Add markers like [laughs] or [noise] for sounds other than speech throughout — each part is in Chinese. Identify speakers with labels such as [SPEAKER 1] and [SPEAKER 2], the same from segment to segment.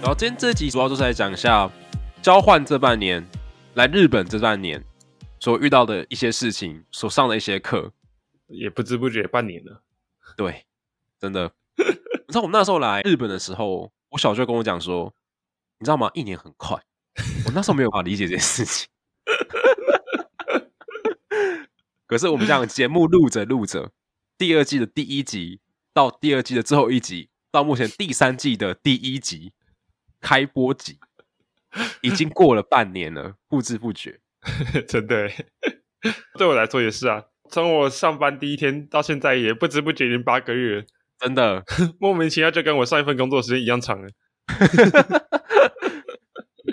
[SPEAKER 1] 然后今天这集主要就是来讲一下交换这半年来日本这半年所遇到的一些事情，所上的一些课。
[SPEAKER 2] 也不知不觉半年了。 [laughs]
[SPEAKER 1] 对，真的。你知道我们那时候来日本的时候，我小舅跟我讲说，你知道吗？一年很快。我那时候没有办法理解这件事情。可是我们这样节目录着录着，第二季的第一集到第二季的最后一集，到目前第三季的第一集开播集，已经过了半年了，不知不觉。
[SPEAKER 2] 真的欸， [laughs] 对我来说也是啊。从我上班第一天到现在，也不知不觉已经八个月了，
[SPEAKER 1] 真的，
[SPEAKER 2] 莫名其妙就跟我上一份工作时间一样长了。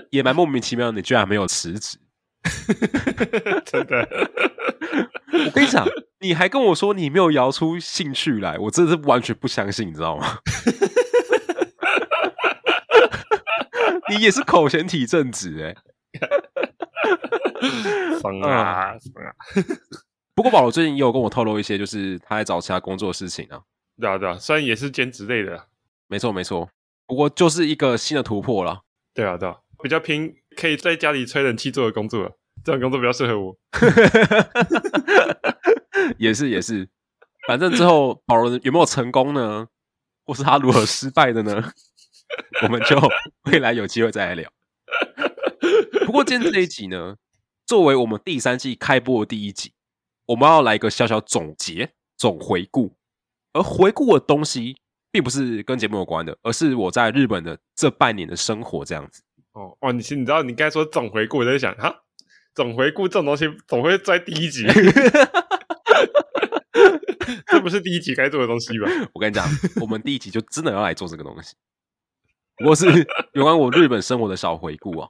[SPEAKER 1] 也蛮莫名其妙的，你居然没有辞职。
[SPEAKER 2] 真的，
[SPEAKER 1] 我跟你讲，你还跟我说你没有摇出兴趣来，我真的是完全不相信，你知道吗？ [laughs] 你也是口嫌体正直哎、
[SPEAKER 2] [laughs] 爽啊爽啊！
[SPEAKER 1] 不过保罗最近也有跟我透露一些，就是他在找其他工作的事情啊。
[SPEAKER 2] 对啊对啊，虽然也是兼职类的啊，
[SPEAKER 1] 没错没错，不过就是一个新的突破了。
[SPEAKER 2] 对啊对啊，比较偏可以在家里吹冷气做的工作啊，这种工作比较适合我。
[SPEAKER 1] [laughs] 也是也是，反正之后保罗有没有成功呢，或是他如何失败的呢？我们就未来有机会再来聊。不过今天这一集呢，作为我们第三季开播的第一集，我们要来一个小小总结、总回顾。而回顾的东西并不是跟节目有关的，而是我在日本的这半年的生活这样子。
[SPEAKER 2] 哦哦，你是你知道你刚才说总回顾，我在想哈，总回顾这种东西总会在第一 [laughs] 集，这不是第一集该做的东西吧？ [laughs]
[SPEAKER 1] 我跟你讲，我们第一集就真的要来做这个东西。不过是有关我日本生活的小回顾啊，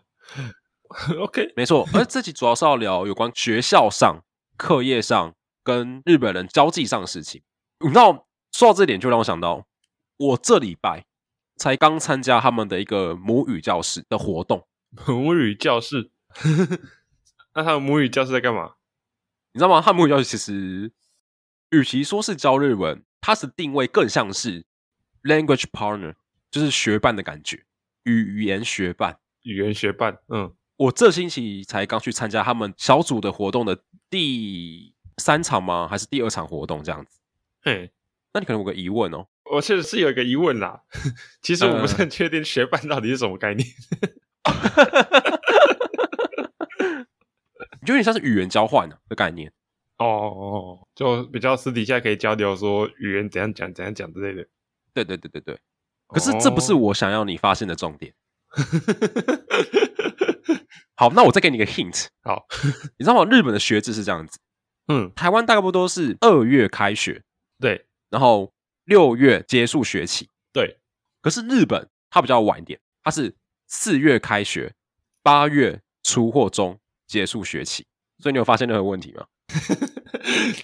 [SPEAKER 2] OK，
[SPEAKER 1] 没错。而这集主要是要聊有关学校上、课业上跟日本人交际上的事情。你知道，说到这点就让我想到，我这礼拜才刚参加他们的一个母语教室的活动。
[SPEAKER 2] [laughs] 母语教室。 [laughs] 那他的母语教室在干嘛？
[SPEAKER 1] 你知道吗？他母语教室其实，与其说是教日文，它是定位更像是 language partner，就是学伴的感觉，语语言学伴。
[SPEAKER 2] 语言学伴。嗯，
[SPEAKER 1] 我这星期才刚去参加他们小组的活动的第三场吗？还是第二场活动这样子？
[SPEAKER 2] 嘿，
[SPEAKER 1] 那你可能有个疑问哦，
[SPEAKER 2] 我确实是有一个疑问啦。 [laughs] 其实我不是
[SPEAKER 1] 嗯
[SPEAKER 2] 很确定学伴到底是什么概念。
[SPEAKER 1] 有点像是语言交换啊的概念。
[SPEAKER 2] 哦哦，哦就比较私底下可以交流，说语言怎样讲、怎样讲之类的。
[SPEAKER 1] 对对对对对。可是这不是
[SPEAKER 2] 哦 [laughs]
[SPEAKER 1] 我想要你发现的重点。好，那我再给你一个 hint。
[SPEAKER 2] 好， [laughs]
[SPEAKER 1] 你知道吗？日本的学制是这样子，
[SPEAKER 2] 嗯，
[SPEAKER 1] 台湾大概不都是二月开学，
[SPEAKER 2] 对
[SPEAKER 1] 然后六月结束学期。
[SPEAKER 2] 对，
[SPEAKER 1] 可是日本它比较晚一点，它是四月开学，八月初或中结束学期。所以你有发现任何问题吗？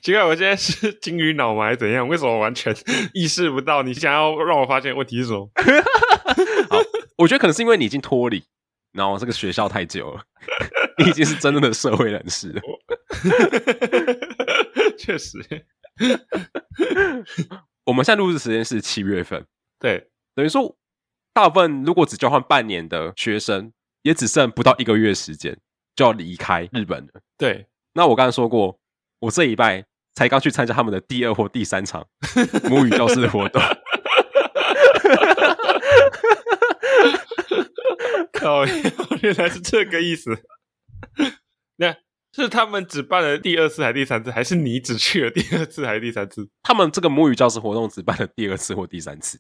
[SPEAKER 2] 奇怪，我现在是金鱼脑吗？还是怎样？为什么完全意识不到你想要让我发现问题是什么？ [laughs]
[SPEAKER 1] 我觉得可能是因为你已经脱离，然后这个学校太久了， [laughs] 你已经是真正的社会人士了。
[SPEAKER 2] 确实，
[SPEAKER 1] 我们现在录制时间是七月份，
[SPEAKER 2] 对，
[SPEAKER 1] 等于说大部分如果只交换半年的学生，也只剩不到一个月时间就要离开日本了。
[SPEAKER 2] 对，
[SPEAKER 1] 那我刚才说过，我这一拜才刚去参加他们的第二或第三场母语教室的活动，
[SPEAKER 2] 靠， [laughs] 原来是这个意思。 [laughs] 那是他们只办了第二次还是第三次，还是你只去了第二次还是第三次？
[SPEAKER 1] 他们这个母语教室活动只办了第二次或第三次。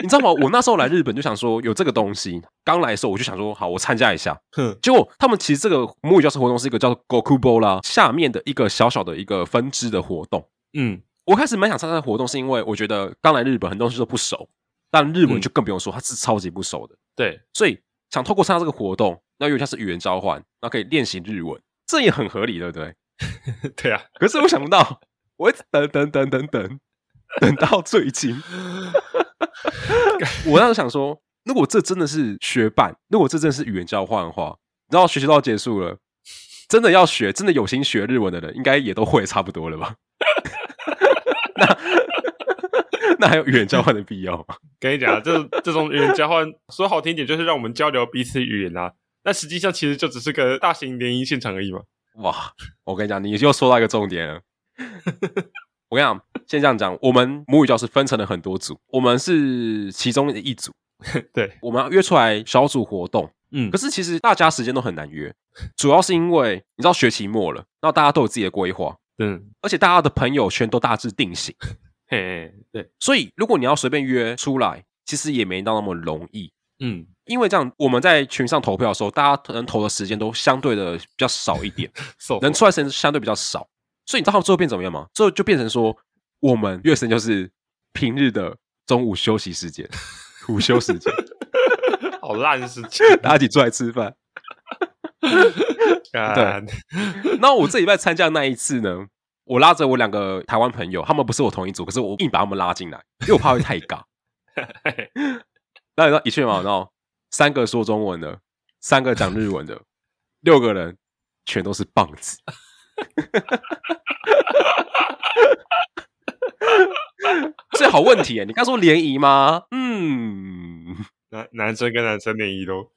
[SPEAKER 1] 你知道吗？我那时候来日本就想说有这个东西，刚来的时候我就想说好，我参加一下。
[SPEAKER 2] 哼，
[SPEAKER 1] 结果他们其实这个母语教室活动是一个叫做 Gokubo 啦下面的一个小小的一个分支的活动。
[SPEAKER 2] 嗯，
[SPEAKER 1] 我开始蛮想参加的活动，是因为我觉得刚来日本很多东西都不熟，但日文
[SPEAKER 2] 嗯
[SPEAKER 1] 就更不用说，它是超级不熟的。
[SPEAKER 2] 对，
[SPEAKER 1] 所以想透过参加这个活动，那有点像是语言交换，那可以练习日文，这也很合理，对不对？
[SPEAKER 2] [laughs] 对啊，
[SPEAKER 1] 可是我想不到，我一直等等等等等，等到最近， [laughs] 我那时候想说，如果这真的是学伴，如果这真的是语言交换的话，然后学习到结束了，真的要学，真的有心 [laughs] 学日文的人，应该也都会差不多了吧？那还有语言交换的必要吗？
[SPEAKER 2] 跟你讲啊，这这种语言交换，说好听点就是让我们交流彼此语言啊。那实际上其实就只是个大型联谊现场而已嘛。 [laughs]
[SPEAKER 1] 哇，我跟你讲，你又说到一个重点了。我跟你讲，先这样讲，我们母语教室分成了很多组，我们是其中的一组，
[SPEAKER 2] 对，
[SPEAKER 1] 我们要约出来小组活动。
[SPEAKER 2] 嗯
[SPEAKER 1] 可是其实大家时间都很难约，主要是因为你知道学期末了，然后大家都有自己的规划，
[SPEAKER 2] 嗯，
[SPEAKER 1] 而且大家的朋友圈都大致定型，
[SPEAKER 2] 嘿，对，
[SPEAKER 1] 所以如果你要随便约出来，其实也没到那么容易。
[SPEAKER 2] 嗯，
[SPEAKER 1] 因为这样，我们在群上投票的时候，大家能投的时间都相对的比较少一点，
[SPEAKER 2] 受
[SPEAKER 1] 能出来时间相对比较少，所以你知道他们最后变怎么样吗？最后就变成说，我们月升就是平日的中午休息时间、 [laughs] 午休时间，
[SPEAKER 2] 好烂的事 [laughs] 情，
[SPEAKER 1] 大家一起出来吃饭。
[SPEAKER 2] 干 [laughs]
[SPEAKER 1] 那我这礼拜参加的那一次呢，我拉着我两个台湾朋友，他们不是我同一组，可是我硬把他们拉进来，因为我怕会太尬。那你知道一去嘛？然后三个说中文的，三个讲日文的， [laughs] 六个人全都是棒子。 [laughs] 所以好问题耶，你刚说联谊吗？嗯，
[SPEAKER 2] 男男生跟男生联谊都，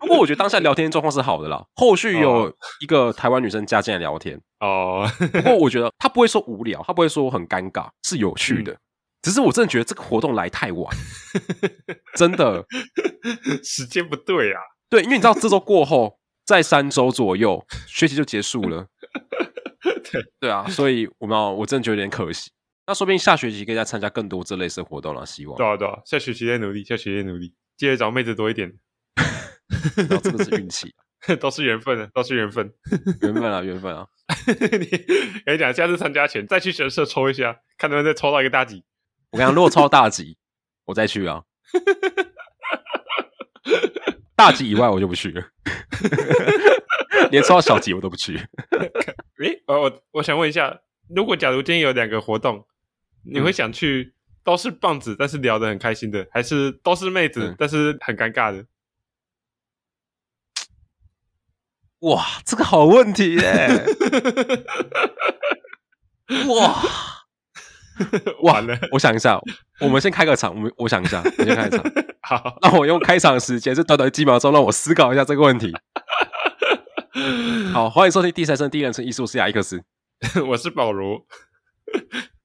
[SPEAKER 1] 不过我觉得当下聊天状况是好的啦。后续有一个台湾女生加进来聊天，
[SPEAKER 2] 哦， [laughs]
[SPEAKER 1] 不过我觉得他不会说无聊，他不会说很尴尬，是有趣的。只是我真的觉得这个活动来太晚，真的。
[SPEAKER 2] 时间不对啊，
[SPEAKER 1] 对，因为你知道这周过后，在三周左右学期就结束了。
[SPEAKER 2] [laughs] 对
[SPEAKER 1] 对啊，所以我们要我真的觉得有点可惜。那说不定下学期可以再参加更多这类似的活动了，希望
[SPEAKER 2] 对。啊对啊，下学期再努力，下学期再努力，记得找妹子多
[SPEAKER 1] [laughs]
[SPEAKER 2] 一点，
[SPEAKER 1] 然后真的是运气，啊
[SPEAKER 2] 都是缘分的，啊都是缘分。 [laughs]
[SPEAKER 1] 缘分啊，缘分啊。
[SPEAKER 2] 你跟你讲，下次参加前再去学社抽一下，看能不能再抽到一个大几。
[SPEAKER 1] 我跟你讲，如果超大吉，我再去啊。大吉以外我就不去了，连抽到小吉我都不去。
[SPEAKER 2] 诶，呃，我我想问一下，如果假如今天有两个活动，你
[SPEAKER 1] 嗯
[SPEAKER 2] 会想去都是棒子，但是聊得很开心的，还是都是妹子，
[SPEAKER 1] 嗯
[SPEAKER 2] 但是很尴尬的？ [laughs]
[SPEAKER 1] 哇，这个好问题耶、
[SPEAKER 2] [laughs]
[SPEAKER 1] 哇，哇
[SPEAKER 2] 完了，
[SPEAKER 1] 我想一下，我们先开个场，我们我想一下，我先开个场。
[SPEAKER 2] 好，
[SPEAKER 1] 让我用开场时间这短短几秒钟，让我思考一下这个问题。好，欢迎收听第三声第一人称艺术师雅伊克斯。
[SPEAKER 2] 我是保罗，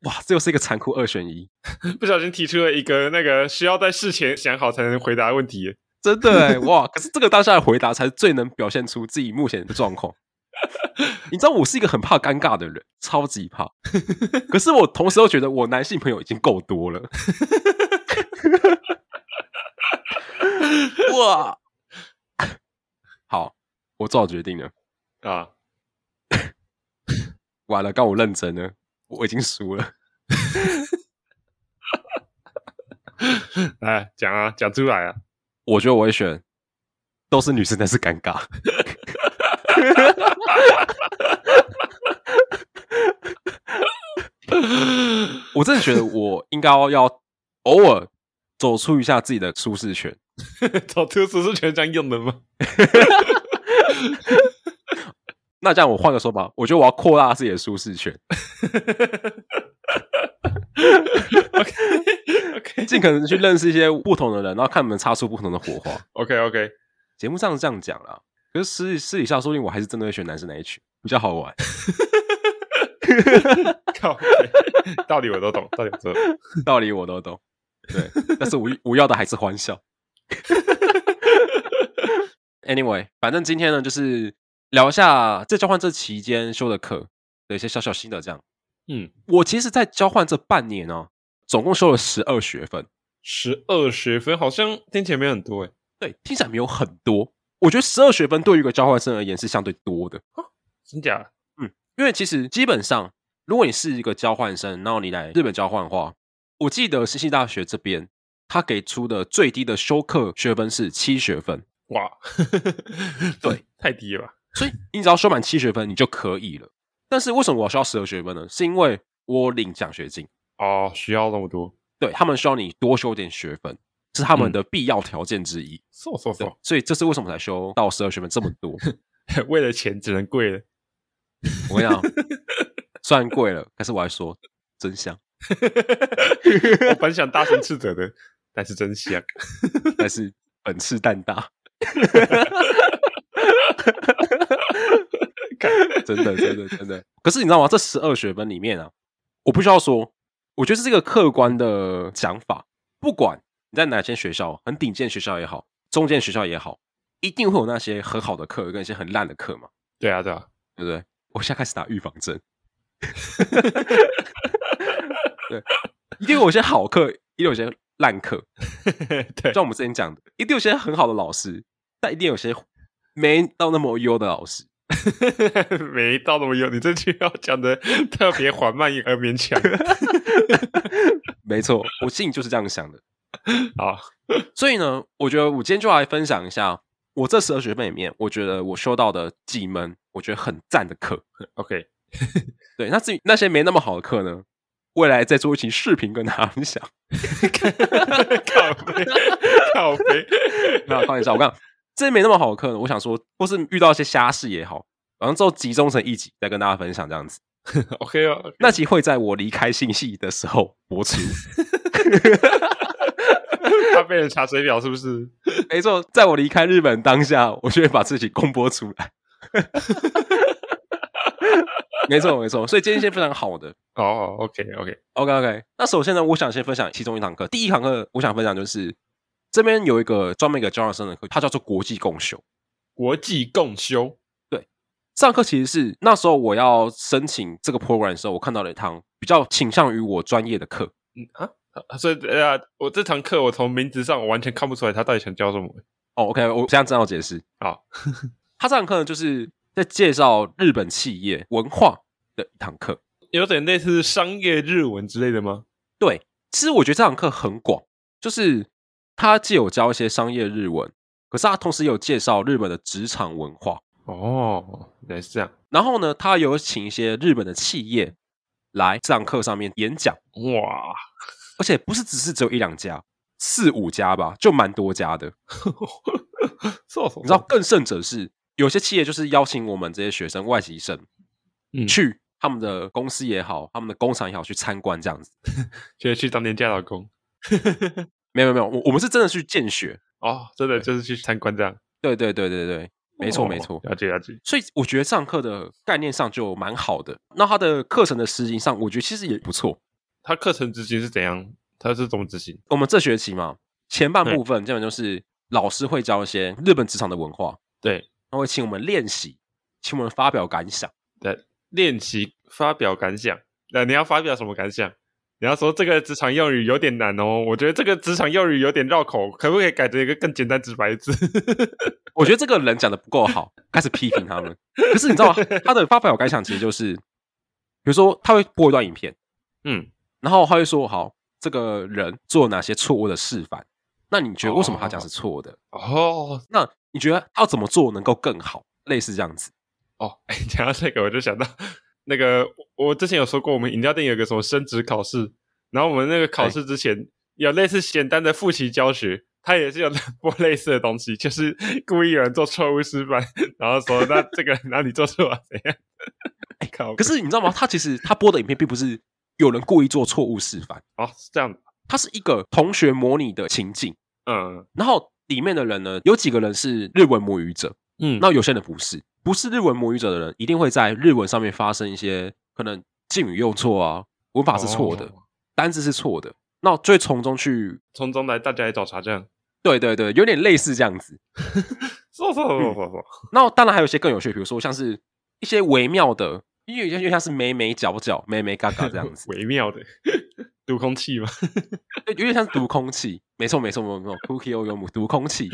[SPEAKER 1] 哇，这又是一个残酷二选一，
[SPEAKER 2] 不小心提出了一个那个需要在事前想好才能回答的问题。
[SPEAKER 1] 真的哎，哇！可是这个当下的回答才是最能表现出自己目前的状况。你知道我是一个很怕尴尬的人，超级怕。可是我同时又觉得我男性朋友已经够多了。 [laughs] 哇！好，我做好决定了。
[SPEAKER 2] 啊， [laughs]
[SPEAKER 1] 完了，刚我认真了，我已经输了。
[SPEAKER 2] 来讲啊，讲出来啊！
[SPEAKER 1] 我觉得我会选，都是女生，但是尴尬。我真的觉得我应该要偶尔走出一下自己的舒适圈。
[SPEAKER 2] [laughs] 找特殊是全讲用的 [laughs] 吗？
[SPEAKER 1] 那这样我换个说法，我觉得我要扩大自己的舒适圈，
[SPEAKER 2] OK
[SPEAKER 1] 尽可能去认识一些不同的人，然后看你们擦出不同的火花。
[SPEAKER 2] OK OK，
[SPEAKER 1] 节目上是这样讲啦，可是私私底下说不定我还是真的会选男生那一群，比较好玩。
[SPEAKER 2] 靠，道理我都懂，道理我都懂。
[SPEAKER 1] 道理我都懂，对， [laughs] 但是我我要的还是欢笑。anyway，反正今天呢，就是聊一下在交换这期间修的课的一些小小心得。这样，
[SPEAKER 2] 嗯，
[SPEAKER 1] 我其实，在交换这半年呢、总共修了十二学分，
[SPEAKER 2] 十二学分好像听起来没有很多哎诶，
[SPEAKER 1] 对，听起来没有很多。我觉得十二学分对于一个交换生而言是相对多的，
[SPEAKER 2] 真假？
[SPEAKER 1] 因为其实基本上，如果你是一个交换生，然后你来日本交换的话，我记得新系大学这边他给出的最低的修课学分是七学分，
[SPEAKER 2] [laughs] 哇，
[SPEAKER 1] 对，
[SPEAKER 2] 太低了吧？
[SPEAKER 1] 所以你只要修满七学分，你就可以了。但是为什么我需要十二学分呢？是因为我领奖学金，
[SPEAKER 2] 哦，需要那么多？
[SPEAKER 1] 对他们需要你多修点学分，是他们的必要条件之一。
[SPEAKER 2] 嗖嗖
[SPEAKER 1] 对，所以这是为什么才修到
[SPEAKER 2] [laughs]
[SPEAKER 1] 十二学分这么多。
[SPEAKER 2] 嗖，为了钱只能跪了。
[SPEAKER 1] 我跟你讲，虽然贵了，但是我还说真香，
[SPEAKER 2] 我本想大声斥责的，但是真香。
[SPEAKER 1] 但是本次蛋大，真的真的真的。可是你知道吗？这十二学分里面啊，我不需要说，我觉得是这个客观的想法，不管你在哪间学校，很顶尖学校也好，中间学校也好，一定会有那些很好的课跟一些很烂的课嘛，
[SPEAKER 2] 对啊，对啊， [laughs]
[SPEAKER 1] 对不对？我现在开始打预防针， [laughs] 对，一定有一些好课，一定有一些烂课，
[SPEAKER 2] 对
[SPEAKER 1] 就，像我们之前讲的，一定有些很好的老师，但一定有些没到那么优的老师。
[SPEAKER 2] [laughs] 没到那么有，你这句要讲的特别缓慢而勉 [laughs] 强。
[SPEAKER 1] 没错，我心里就是这样想的。
[SPEAKER 2] 好，
[SPEAKER 1] 所以呢，我觉得我今天就来分享一下我这十二学分里面，我觉得我修到的几门我觉得很赞的课。
[SPEAKER 2] OK，
[SPEAKER 1] 对，那至于那些没那么好的课呢，未来再做一期视频跟大家分享。
[SPEAKER 2] [laughs] 靠背，靠背，
[SPEAKER 1] 没有开玩笑，我刚这些没那么好的课呢，我想说，或是遇到一些瞎事也好，然后之后集中成一集再跟大家分享这样子。
[SPEAKER 2] OK 哦，
[SPEAKER 1] 那集会在我离开信息的时候播出。
[SPEAKER 2] 他被人查水表是不是？
[SPEAKER 1] 没错，在我离开日本当下，我就会把自己公播出来。 [laughs] 没错，没错。所以今天先分享好的
[SPEAKER 2] 哦，OK，OK，
[SPEAKER 1] ，OK OK。那首先呢，我想先分享其中一堂课。第一堂课我想分享就是这边有一个专门给交换生的课，它叫做国际共修。
[SPEAKER 2] 国际共修，
[SPEAKER 1] 这堂课其实是那时候我要申请这个 program 的时候，我看到了一堂比较倾向于我专业的课。
[SPEAKER 2] 嗯啊。啊所以，呃、我这堂课我从名字上我完全看不出来他到底想教什么。
[SPEAKER 1] 哦，OK，我现在正要解释。
[SPEAKER 2] 好，
[SPEAKER 1] 他这堂课呢，就是在介绍日本企业文化的一堂课。
[SPEAKER 2] 有点类似商业日文之类的吗？
[SPEAKER 1] 对，其实我觉得这堂课很广，就是他既有教一些商业日文，可是他同时也有介绍日本的职场文化。
[SPEAKER 2] 哦，原来是这样。
[SPEAKER 1] 然后呢，他有请一些日本的企业来这堂课上面演讲，
[SPEAKER 2] 哇， [laughs]
[SPEAKER 1] 而且不是只是只有一两家，四五家吧，就蛮多家的。
[SPEAKER 2] 你
[SPEAKER 1] 你
[SPEAKER 2] 哦
[SPEAKER 1] 知道，更甚者是有些企业就是邀请我们这些学生、外籍生
[SPEAKER 2] 嗯
[SPEAKER 1] 去他们的公司也好，他们的工厂也好去参观这样子。
[SPEAKER 2] 觉得去当廉价老公
[SPEAKER 1] 没有没有，没有我我们是真的去见学。
[SPEAKER 2] 哦，真的就是去参观这样。
[SPEAKER 1] 对对对对对，没错
[SPEAKER 2] 哦
[SPEAKER 1] 没错。
[SPEAKER 2] 了解了解。
[SPEAKER 1] 所以我觉得上课的概念上就蛮好的，那他的课程的实行上，我觉得其实也不错。
[SPEAKER 2] 他课程执行是怎样？他是怎么执行？
[SPEAKER 1] 我们这学期嘛，前半部分基本就是老师会教一些日本职场的文化，
[SPEAKER 2] 对，
[SPEAKER 1] 他会请我们练习，请我们发表感想。
[SPEAKER 2] 练习发表感想。那、你要发表什么感想？你要说这个职场用语有点难哦，我觉得这个职场用语有点绕口，可不可以改成一个更简单直白的字？ [laughs]
[SPEAKER 1] 我觉得这个人讲的不够好，开始批评他们。可是你知道吗？他的发表感想其实就是，比如说他会播一段影片，
[SPEAKER 2] 嗯，
[SPEAKER 1] 然后他会说：“好，这个人做哪些错误的示范？那你觉得为什么他讲是错的？
[SPEAKER 2] 哦
[SPEAKER 1] 那你觉得要怎么做能够更好？类似这样子。”
[SPEAKER 2] 哦， [laughs] 哎，讲到这个我就想到那个，我我之前有说过，我们饮料店有个什么升职考试，然后我们那个考试之前有类似简单的复习教学，它也是有播类似的东西，就是故意有人做错误示范，然后说那这个人哪里做错啊怎样？ [laughs] 哎，靠，
[SPEAKER 1] 可是你知道吗？他其实他播的影片并不是有人故意做错误示范，
[SPEAKER 2] 哦是这样的，
[SPEAKER 1] 他是一个同学模拟的情境，
[SPEAKER 2] 嗯
[SPEAKER 1] 然后里面的人呢，有几个人是日文母语者，
[SPEAKER 2] 嗯
[SPEAKER 1] 那有些人不是，不是日文母语者的人，一定会在日文上面发生一些可能敬语用错啊，文法是错的，
[SPEAKER 2] 哦
[SPEAKER 1] 单字是错的，那就会从中去，
[SPEAKER 2] 从中来大家来找茬这样，
[SPEAKER 1] 对对对，有点类似这样子。
[SPEAKER 2] 错错
[SPEAKER 1] 嗯
[SPEAKER 2] 错错错，
[SPEAKER 1] 那当然还有一些更有趣的，比如说像是一些微妙的，因为有些就像是眉眉角角、眉眉嘎嘎这样子。
[SPEAKER 2] 微妙的读空气嘛，
[SPEAKER 1] 有点像是读空气，没错没错没错没错，Cookie O 有母读空气，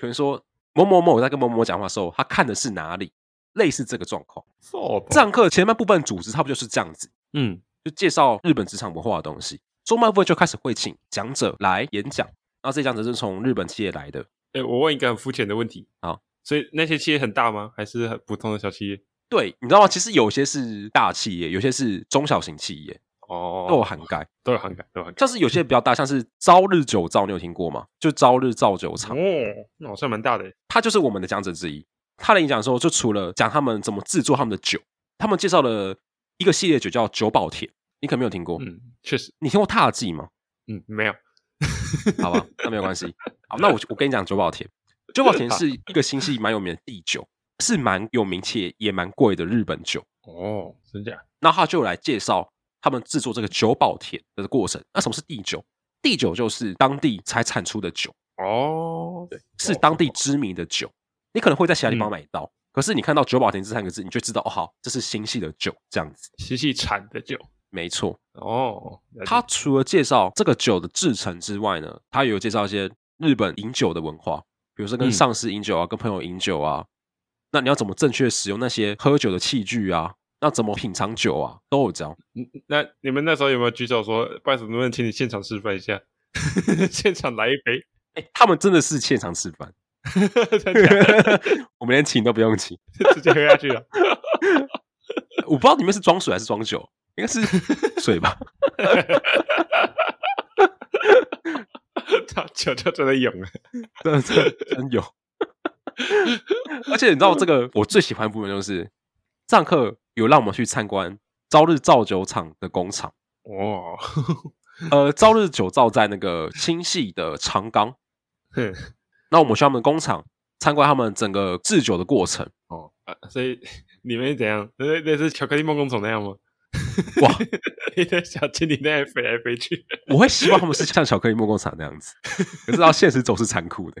[SPEAKER 1] 可能说某某某在跟某某讲话的时候，他看的是哪里，类似这个状况。
[SPEAKER 2] 错
[SPEAKER 1] 上课前半部分组织差不多就是这样子，
[SPEAKER 2] 嗯
[SPEAKER 1] 就介绍日本职场文化的东西，中半部分就开始会请讲者来演讲，然后这讲者是从日本企业来的，
[SPEAKER 2] 哎、我问一个很肤浅的问题。
[SPEAKER 1] 好，
[SPEAKER 2] 所以那些企业很大吗？还是很普通的小企业？
[SPEAKER 1] 对，你知道吗？其实有些是大企业，有些是中小型企业
[SPEAKER 2] 哦，
[SPEAKER 1] 都有涵盖，
[SPEAKER 2] 都有涵盖，都有涵盖。
[SPEAKER 1] 像是有些比较大，像是朝日酒造，你有听过吗？就朝日造酒厂。
[SPEAKER 2] 哦，那好像蛮大的耶。
[SPEAKER 1] 他就是我们的讲者之一。他的演讲的时候，就除了讲他们怎么制作他们的酒，他们介绍了一个系列酒叫九宝铁，你可能没有听过。
[SPEAKER 2] 嗯，确实，
[SPEAKER 1] 你听过踏剂吗？
[SPEAKER 2] 嗯，没有，
[SPEAKER 1] 好吧，那没有关系。好，那我我跟你讲九宝田，九宝田是一个星系蛮有名的地酒，是蛮有名且也蛮贵的日本酒。
[SPEAKER 2] 哦，真假？
[SPEAKER 1] 那他就来介绍他们制作这个九宝田的过程。那什么是地酒？地酒就是当地才产出的酒，
[SPEAKER 2] 哦，对，
[SPEAKER 1] 是当地知名的酒。你可能会在其他地
[SPEAKER 2] 嗯
[SPEAKER 1] 方买到，可是你看到九宝田这三个字，你就知道哦，好，这是星系的酒，这样子。
[SPEAKER 2] 西西产的酒。
[SPEAKER 1] 没错，
[SPEAKER 2] 哦，了解
[SPEAKER 1] 他除了介绍这个酒的制成之外呢，他也有介绍一些日本饮酒的文化，比如说跟
[SPEAKER 2] 嗯
[SPEAKER 1] 上司饮酒啊，跟朋友饮酒啊。那你要怎么正确使用那些喝酒的器具啊？那怎么品尝酒啊？都有教。
[SPEAKER 2] 嗯那你们那时候有没有举手说，不好意思，能不能请你现场示范一下？ [laughs] 现场来一杯， [laughs]
[SPEAKER 1] 哎、他们真的是现场吃饭，
[SPEAKER 2] 真假
[SPEAKER 1] [laughs] 我们连请都不用请。
[SPEAKER 2] [laughs] 直接喝下去了。
[SPEAKER 1] 我不知道里面是装水还是装酒，应该是水吧？
[SPEAKER 2] 他酒就真的涌了。
[SPEAKER 1] [laughs] 真的真的真有。而且你知道这个我最喜欢的部分就是上课有让我们去参观朝日造酒厂的工厂。
[SPEAKER 2] [laughs] 哦，
[SPEAKER 1] 呃，朝日酒造在那个新系的长冈，
[SPEAKER 2] 哼
[SPEAKER 1] 那我们去他们的工厂参观他们整个制酒的过程。
[SPEAKER 2] 哦、啊，所以你们是怎样？类类似巧克力梦工厂那样吗？ [laughs]
[SPEAKER 1] 哇，
[SPEAKER 2] 一堆小精灵在那飞来飞去。 [laughs]
[SPEAKER 1] 我会希望他们是像巧克力梦工厂那样子，可是到现实总是残酷的，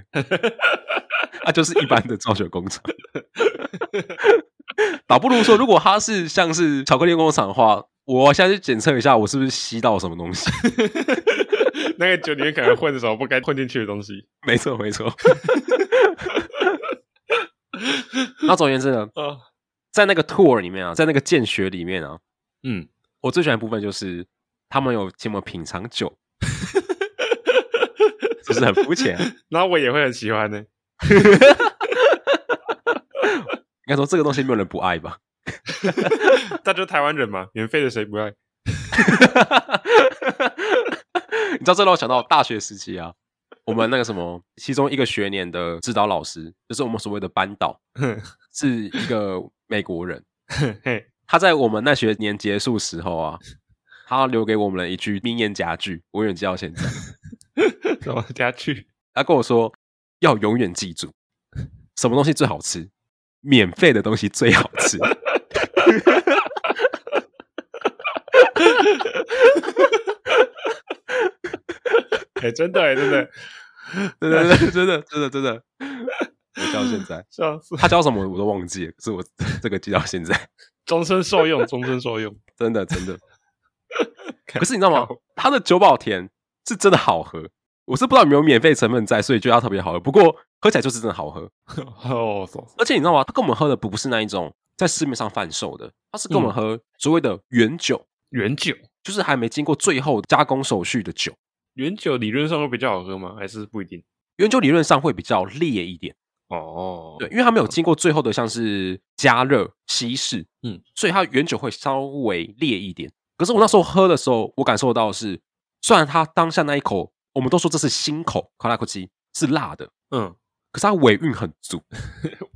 [SPEAKER 1] 啊，就是一般的造酒工厂。倒不如说，如果它是像是巧克力梦工厂的话，我现在去检测一下，我是不是吸到什么东西？
[SPEAKER 2] 那个酒里面可能混着什么不该混进去的东西。
[SPEAKER 1] 没错，没错。那总而言之呢，
[SPEAKER 2] 啊、哦，
[SPEAKER 1] 在那个 tour 里面啊，在那个见学里面啊，
[SPEAKER 2] 嗯， [laughs]
[SPEAKER 1] 我最喜欢的部分就是他们有请我们品尝酒，是不是很肤浅啊、
[SPEAKER 2] 然后我也会很喜欢呢。
[SPEAKER 1] 应该说这个东西没有人不爱吧？
[SPEAKER 2] 大家都台湾人嘛，免费的谁不爱？
[SPEAKER 1] [laughs]
[SPEAKER 2] [laughs]
[SPEAKER 1] 你知道这让我想到大学时期啊，我们那个什么，其中一个学年的指导老师，就是我们所谓的班导，
[SPEAKER 2] 哼
[SPEAKER 1] [laughs] 是一个美国人。
[SPEAKER 2] 嘿，
[SPEAKER 1] 他在我们那学年结束时候啊，他留给我们了一句名言佳句，我永远记到现在。
[SPEAKER 2] 怎么家去？
[SPEAKER 1] 他跟我说要永远记住，什么东西最好吃？免费的东西最好 [laughs] 吃。
[SPEAKER 2] [laughs] 哎、真的哎、真的，
[SPEAKER 1] 真的，真的，真的，真的，我记到现在。
[SPEAKER 2] 笑死！
[SPEAKER 1] 他教什么我都忘记了，可是我 [laughs] 这个记到现在，
[SPEAKER 2] 终身受用，终身受用。
[SPEAKER 1] 真的，真的。
[SPEAKER 2] 看
[SPEAKER 1] 可是你知道吗
[SPEAKER 2] 看？
[SPEAKER 1] 他的九宝甜是真的好喝，我是不知道有没有免费成分在，所以觉得它特别好喝。不过喝起来就是真的好喝，
[SPEAKER 2] [laughs] 哦，走
[SPEAKER 1] 而且你知道吗？他跟我们喝的不是那一种在市面上贩售的，他是跟我们
[SPEAKER 2] 嗯
[SPEAKER 1] 喝所谓的原酒，
[SPEAKER 2] 原酒，
[SPEAKER 1] 就是还没经过最后加工手续的酒。
[SPEAKER 2] 原酒理论上会比较好喝吗？还是不一定？
[SPEAKER 1] 原酒理论上会比较烈一点，
[SPEAKER 2] 哦，
[SPEAKER 1] 对，，因为它没有经过最后的像是加热、稀释，
[SPEAKER 2] 嗯，
[SPEAKER 1] 所以它原酒会稍微烈一点。可是我那时候喝的时候，我感受到的是，虽然它当下那一口，我们都说这是新口卡拉口鸡是辣的，
[SPEAKER 2] 嗯，
[SPEAKER 1] 可是它尾韵很足，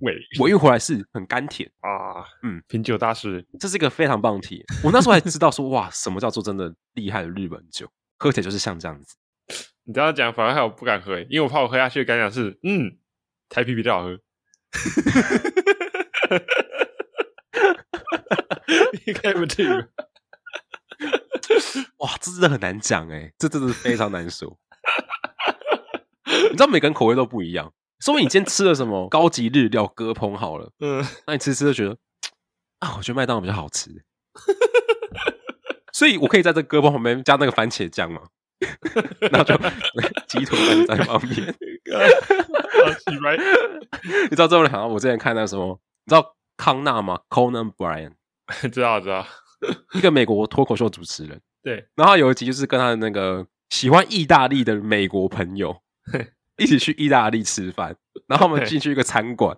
[SPEAKER 2] 尾
[SPEAKER 1] 尾韵回来是很甘甜，
[SPEAKER 2] 啊，
[SPEAKER 1] 嗯，
[SPEAKER 2] 品酒大师，
[SPEAKER 1] 这是一个非常棒的体验。我那时候还知道说，哇，什么叫做真的厉害的日本酒，喝起来就是像这样子。
[SPEAKER 2] 你这样讲反而害我不敢喝、欸，因为我怕我喝下去的感想是，嗯，台啤比较好喝。应该不至于吧。
[SPEAKER 1] 哇，这真的很难讲哎、这真的是非常难说。 [laughs] 你知道每个人口味都不一样，说明你今天吃了什么高级日料割烹好了，
[SPEAKER 2] [laughs] 嗯，
[SPEAKER 1] 那你吃吃就觉得啊，我觉得麦当劳比较好吃。欸 [laughs] 所以我可以在这割烹旁边加那个番茄酱嘛， [laughs] 然后就鸡腿番茄在旁边。 [laughs]
[SPEAKER 2] 啊好奇怪，
[SPEAKER 1] 你
[SPEAKER 2] [laughs]
[SPEAKER 1] 知道这么想到我之前看那个什么，你知道康纳吗？Conan Bryan，
[SPEAKER 2] 知道知道，
[SPEAKER 1] 一个美国脱口秀主持人。
[SPEAKER 2] 对， [laughs]
[SPEAKER 1] 然后他有一集就是跟他的那个喜欢意大利的美国朋友
[SPEAKER 2] 嘿
[SPEAKER 1] 一起去意大利吃饭，然后他们进去一个餐馆，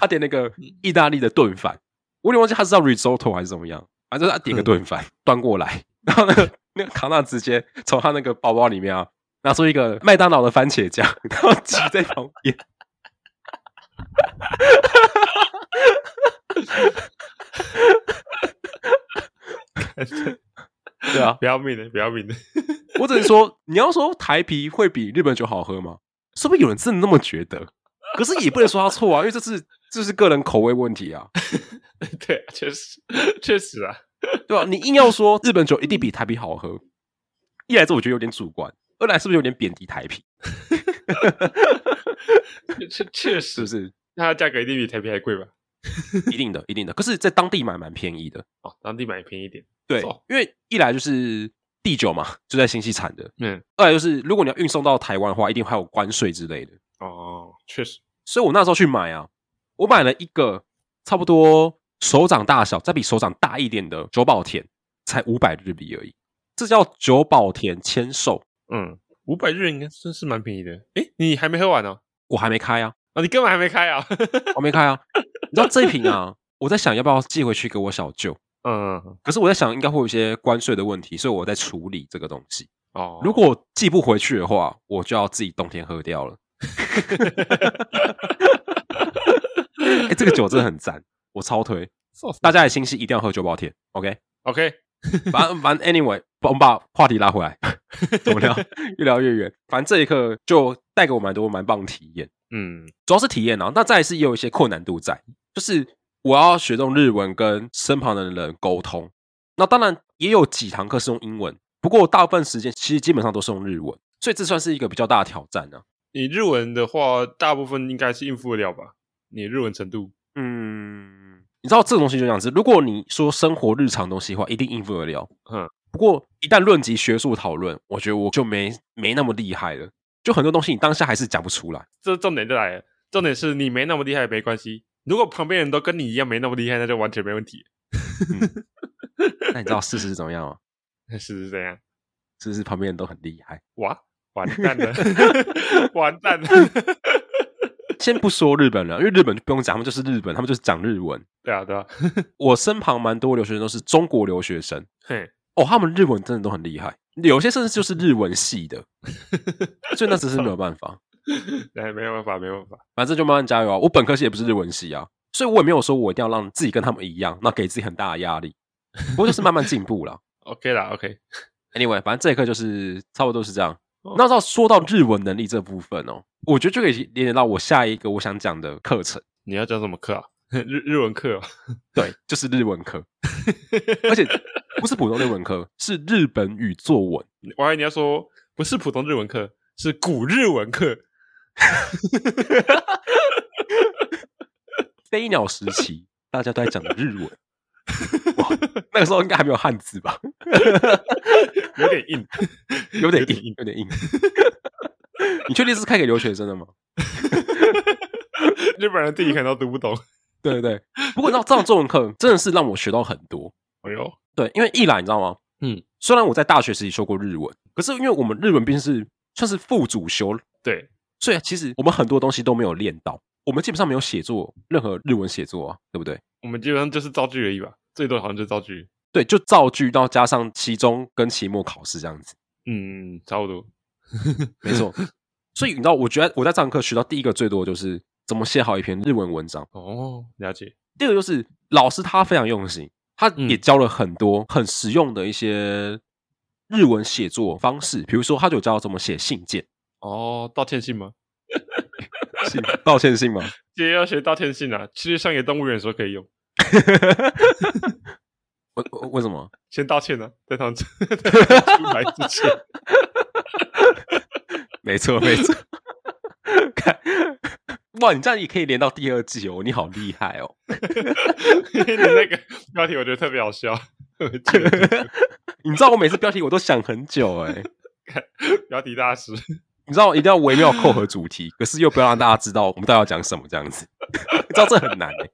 [SPEAKER 1] 他点那个意大利的炖饭，我有点忘记他是叫 risotto 还是怎么样，反正就是他点个炖饭端过来，然后那个那个康纳直接从他那个包包里面啊拿出一个麦当劳的番茄酱，然后挤在旁边。对啊，
[SPEAKER 2] 不要命的，不要命的。 [laughs]
[SPEAKER 1] 我只能说，你要说台啤会比日本酒好喝吗？说不定有人真的那么觉得，可是也不能说他错啊，因为这是这是个人口味问题啊，
[SPEAKER 2] 对啊，确实，确实啊， [laughs]
[SPEAKER 1] 对吧、你硬要说日本酒一定比台啤好喝，一来这我觉得有点主观，二来是不是有点贬低台啤？
[SPEAKER 2] 确确
[SPEAKER 1] 是
[SPEAKER 2] 实 [laughs]
[SPEAKER 1] 不，是？
[SPEAKER 2] 那它价格一定比台北还贵吧？
[SPEAKER 1] 一定的，一定的。可是，在当地买蛮便宜的，
[SPEAKER 2] 哦，当地买便宜一点。
[SPEAKER 1] 对
[SPEAKER 2] 哦，
[SPEAKER 1] 因为一来就是地酒嘛，就在新西产的；
[SPEAKER 2] 嗯，
[SPEAKER 1] 二来就是如果你要运送到台湾的话，一定还有关税之类的。
[SPEAKER 2] 哦，确实，
[SPEAKER 1] 所以我那时候去买啊，我买了一个差不多手掌大小，再比手掌大一点的九宝田，才五百日币而已。这叫九宝田签售，
[SPEAKER 2] 嗯，五百日元应该算是蛮便宜的。诶，你还没喝完哦？
[SPEAKER 1] 我还没开啊，
[SPEAKER 2] 啊，你根本还没开啊？
[SPEAKER 1] 我没开啊。你知道这一瓶啊，我在想要不要寄回去给我小舅，
[SPEAKER 2] 嗯，
[SPEAKER 1] 可是我在想应该会有一些关税的问题，所以我在处理这个东西。
[SPEAKER 2] [laughs] 哦，
[SPEAKER 1] 如果寄不回去的话，我就要自己冬天喝掉了。哎、这个酒真的很赞，我超推，大家的新戏一定要喝九宝田。OK，
[SPEAKER 2] [laughs] OK，
[SPEAKER 1] 反正反正 anyway，我们把话题拉回来， [laughs] 怎么聊？越聊越远。反正这一刻就带给我蛮多蛮棒的体验，
[SPEAKER 2] 嗯，
[SPEAKER 1] 主要是体验啊，那再来是也有一些困难度在，就是我要学用日文跟身旁的人沟通。那当然也有几堂课是用英文，不过大部分时间其实基本上都是用日文，所以这算是一个比较大的挑战呢、啊。
[SPEAKER 2] 你日文的话，大部分应该是应付得了吧？你日文程度，
[SPEAKER 1] 嗯，你知道这个东西就这样子，如果你说生活日常东西的话，一定应付得了。
[SPEAKER 2] 嗯，
[SPEAKER 1] 不过一旦论及学术讨论，我觉得我就没没那么厉害了。就很多东西你当下还是讲不出来，
[SPEAKER 2] 这重点就来了。啊重点是你没那么厉害没关系，如果旁边人都跟你一样没那么厉害，那就完全没问题。 [laughs]
[SPEAKER 1] 那你知道事实是怎么样吗？
[SPEAKER 2] 是这样，
[SPEAKER 1] 事实旁边人都很厉害。
[SPEAKER 2] 哇，完蛋 [laughs] 了，完蛋了。 [laughs]
[SPEAKER 1] 先不说日本人，因为日本就不用讲，他们就是日本，他们就是讲日文。
[SPEAKER 2] 对啊，对啊，
[SPEAKER 1] 我身旁蛮多留学生都是中国留学生，
[SPEAKER 2] 嘿， [laughs]
[SPEAKER 1] 哦，他们日文真的都很厉害，有些甚至就是日文系的，所以那只是没有办法。
[SPEAKER 2] 哎，没有办法，没有办法。
[SPEAKER 1] 反正就慢慢加油啊！我本科系也不是日文系啊，所以我也没有说我一定要让自己跟他们一样，那给自己很大的压力。不过就是慢慢进步啦。 [laughs]
[SPEAKER 2] OK 啦，OK，
[SPEAKER 1] Anyway，反正这一课就是差不多是这样
[SPEAKER 2] 哦。
[SPEAKER 1] 那到说到日文能力这部分哦，我觉得就可以连接到我下一个我想讲的课程，
[SPEAKER 2] 你要讲什么课啊？ [laughs] 日日文课、哦，
[SPEAKER 1] 对，就是日文课， [laughs] 而且不是普通日文课，是日本语作文。
[SPEAKER 2] 我还以为你要说不是普通日文课，是古日文课。
[SPEAKER 1] 飞鸟时期，大家都在讲的日文。哇，那个时候应该还没有汉字吧？
[SPEAKER 2] 有点硬，
[SPEAKER 1] [laughs] 有点硬，有点硬。 [laughs] 你确定是开给留学生的吗？
[SPEAKER 2] 日本人自己可能都读不懂。
[SPEAKER 1] 对对对。不过你知道，这种中文课真的是让我学到很多。
[SPEAKER 2] 哎呦，
[SPEAKER 1] 对，因为一来你知道吗？
[SPEAKER 2] 嗯，
[SPEAKER 1] 虽然我在大学时期修过日文，可是因为我们日文毕竟是算是副主修，
[SPEAKER 2] 对，
[SPEAKER 1] 所以其实我们很多东西都没有练到。我们基本上没有写作任何日文写作啊，对不对？
[SPEAKER 2] 我们基本上就是造句而已吧，最多好像就是造句。
[SPEAKER 1] 对，就造句，然后加上期中跟期末考试这样子，
[SPEAKER 2] 嗯，差不多。
[SPEAKER 1] 没错。所以你知道，我觉得我在上课学到第一个最多的就是怎么写好一篇日文文章。
[SPEAKER 2] 哦，了解。
[SPEAKER 1] 第二个就是老师他非常用心，他
[SPEAKER 2] 嗯
[SPEAKER 1] 也教了很多很实用的一些日文写作方式，比如说他就有教怎么写信件、
[SPEAKER 2] 哦，道歉信吗？
[SPEAKER 1] 信道歉信嘛。
[SPEAKER 2] 这也要学道歉信啊，去上野动物园的时候可以用，
[SPEAKER 1] 为为为什么？
[SPEAKER 2] 先道歉 [laughs] 啊，在他们在他们出来之前。 [laughs]
[SPEAKER 1] 没错，没错。 [laughs] 看，哇，你这样也可以连到第二季哦，你好厉害哦！
[SPEAKER 2] 你那个标题我觉得特别好笑， [laughs] 我记得
[SPEAKER 1] 你知道我每次标题我都想很久哎、
[SPEAKER 2] 标题大师。
[SPEAKER 1] 你知道我一定要微妙扣合主题，可是又不要让大家知道我们到底要讲什么这样子，你知道这很难哎、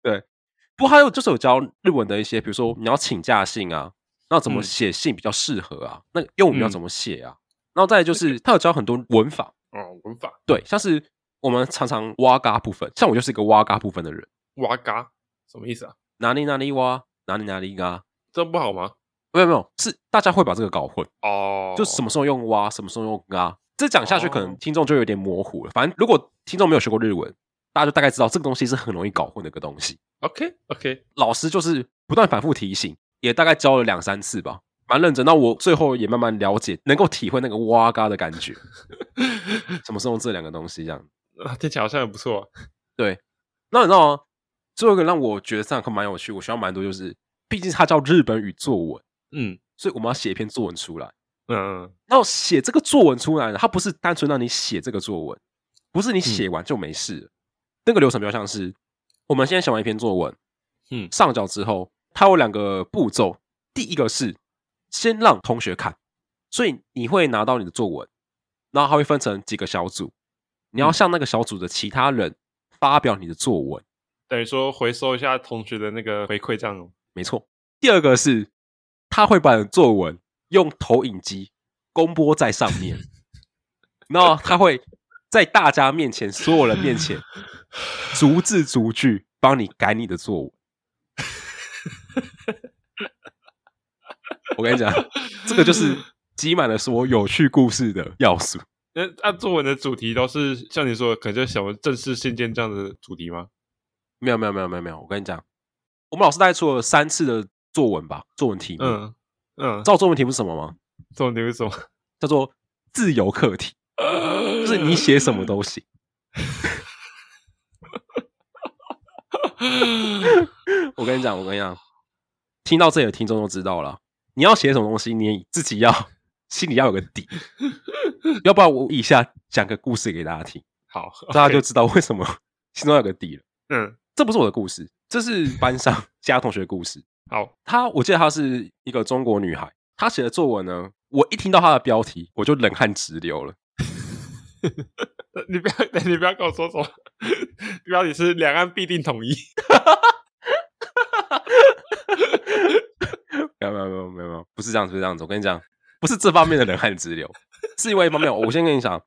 [SPEAKER 1] 对，不过还有就是有教日文的一些，比如说你要请假信啊，那怎么
[SPEAKER 2] 嗯
[SPEAKER 1] 写信比较适合啊？那个用语要
[SPEAKER 2] 嗯
[SPEAKER 1] 怎么写啊？然后再来就是他有教很多文法，
[SPEAKER 2] 哦，文法
[SPEAKER 1] 对，像是我们常常哇嘎部分，像我就是一个哇嘎部分的人，
[SPEAKER 2] 哇嘎什么意思啊？
[SPEAKER 1] 哪里哪里哇，哪里哪里嘎，
[SPEAKER 2] 这不好吗？
[SPEAKER 1] 没有没有，是大家会把这个搞混。
[SPEAKER 2] 哦，
[SPEAKER 1] 就什么时候用哇，什么时候用啊。这讲下去，
[SPEAKER 2] 哦
[SPEAKER 1] 可能听众就有点模糊了。反正如果听众没有学过日文，大家就大概知道这个东西是很容易搞混的一个东西。
[SPEAKER 2] ？OK OK，
[SPEAKER 1] 老师就是不断反复提醒，也大概教了两三次吧，蛮认真。那我最后也慢慢了解，能够体会那个哇嘎的感
[SPEAKER 2] [laughs]
[SPEAKER 1] 觉。什么时候用这两个东西这样？
[SPEAKER 2] [laughs] 啊，听起来好像也不错。
[SPEAKER 1] 那你知道吗？最后一个让我觉得上课蛮有趣，我学到蛮多，就是毕竟它叫日本语作文，
[SPEAKER 2] 嗯
[SPEAKER 1] 所以我们要写一篇作文出来。
[SPEAKER 2] 嗯嗯
[SPEAKER 1] 然后写这个作文出来呢，它不是单纯让你写这个作文，不是你写完就没事了。那个流程比较像是，我们现在写完一篇作文，
[SPEAKER 2] 嗯
[SPEAKER 1] 上交之后，它有两个步骤，第一个是先让同学看，所以你会拿到你的作文，然后它会分成几个小组，你要向那个小组的其他人发表你的作文，
[SPEAKER 2] 等于说回收一下同学的那个回馈，这样哦。
[SPEAKER 1] 没错。第二个是，他会把你的作文用投影机公播在上面，然后他会在大家面前、所有人面前，逐字逐句帮你改你的作文。我跟你讲，这个就是挤满了所有有趣故事的要素。
[SPEAKER 2] 那按作文的主题都是像你说的，可能就什么正式信件这样的主题吗？
[SPEAKER 1] 没有，没有，没有，没有，没有。我跟你讲，我们老师大概出了三次的作文吧，作文题目。
[SPEAKER 2] 嗯嗯
[SPEAKER 1] 知，道作文题目是什么吗？
[SPEAKER 2] 重点是什么？
[SPEAKER 1] 叫做自由课题。就是你写什么都行。我跟你讲，我跟你讲，听到这里的听众都知道了，你要写什么东西，你自己要心里要有个 [laughs] 底，要不然我以下讲个故事给大家听，
[SPEAKER 2] [laughs] 好，
[SPEAKER 1] 大家就知道为什么心中要有个底了。
[SPEAKER 2] 嗯
[SPEAKER 1] 这不是我的故事，这是班上其他同学的故事。
[SPEAKER 2] 好， [laughs]
[SPEAKER 1] 她，我记得她是一个中国女孩，她写的作文呢，我一听到她的标题，我就冷汗直流了。
[SPEAKER 2] 呃你不要 [laughs] 你不要跟我说什么， [laughs] 标题是两岸必定统一。 [laughs]
[SPEAKER 1] 没有没有没有没有没有，不是这样子，不是这样子。我跟你讲，不是这方面的冷汗直流， [laughs] 是因为一方面。我先跟你讲，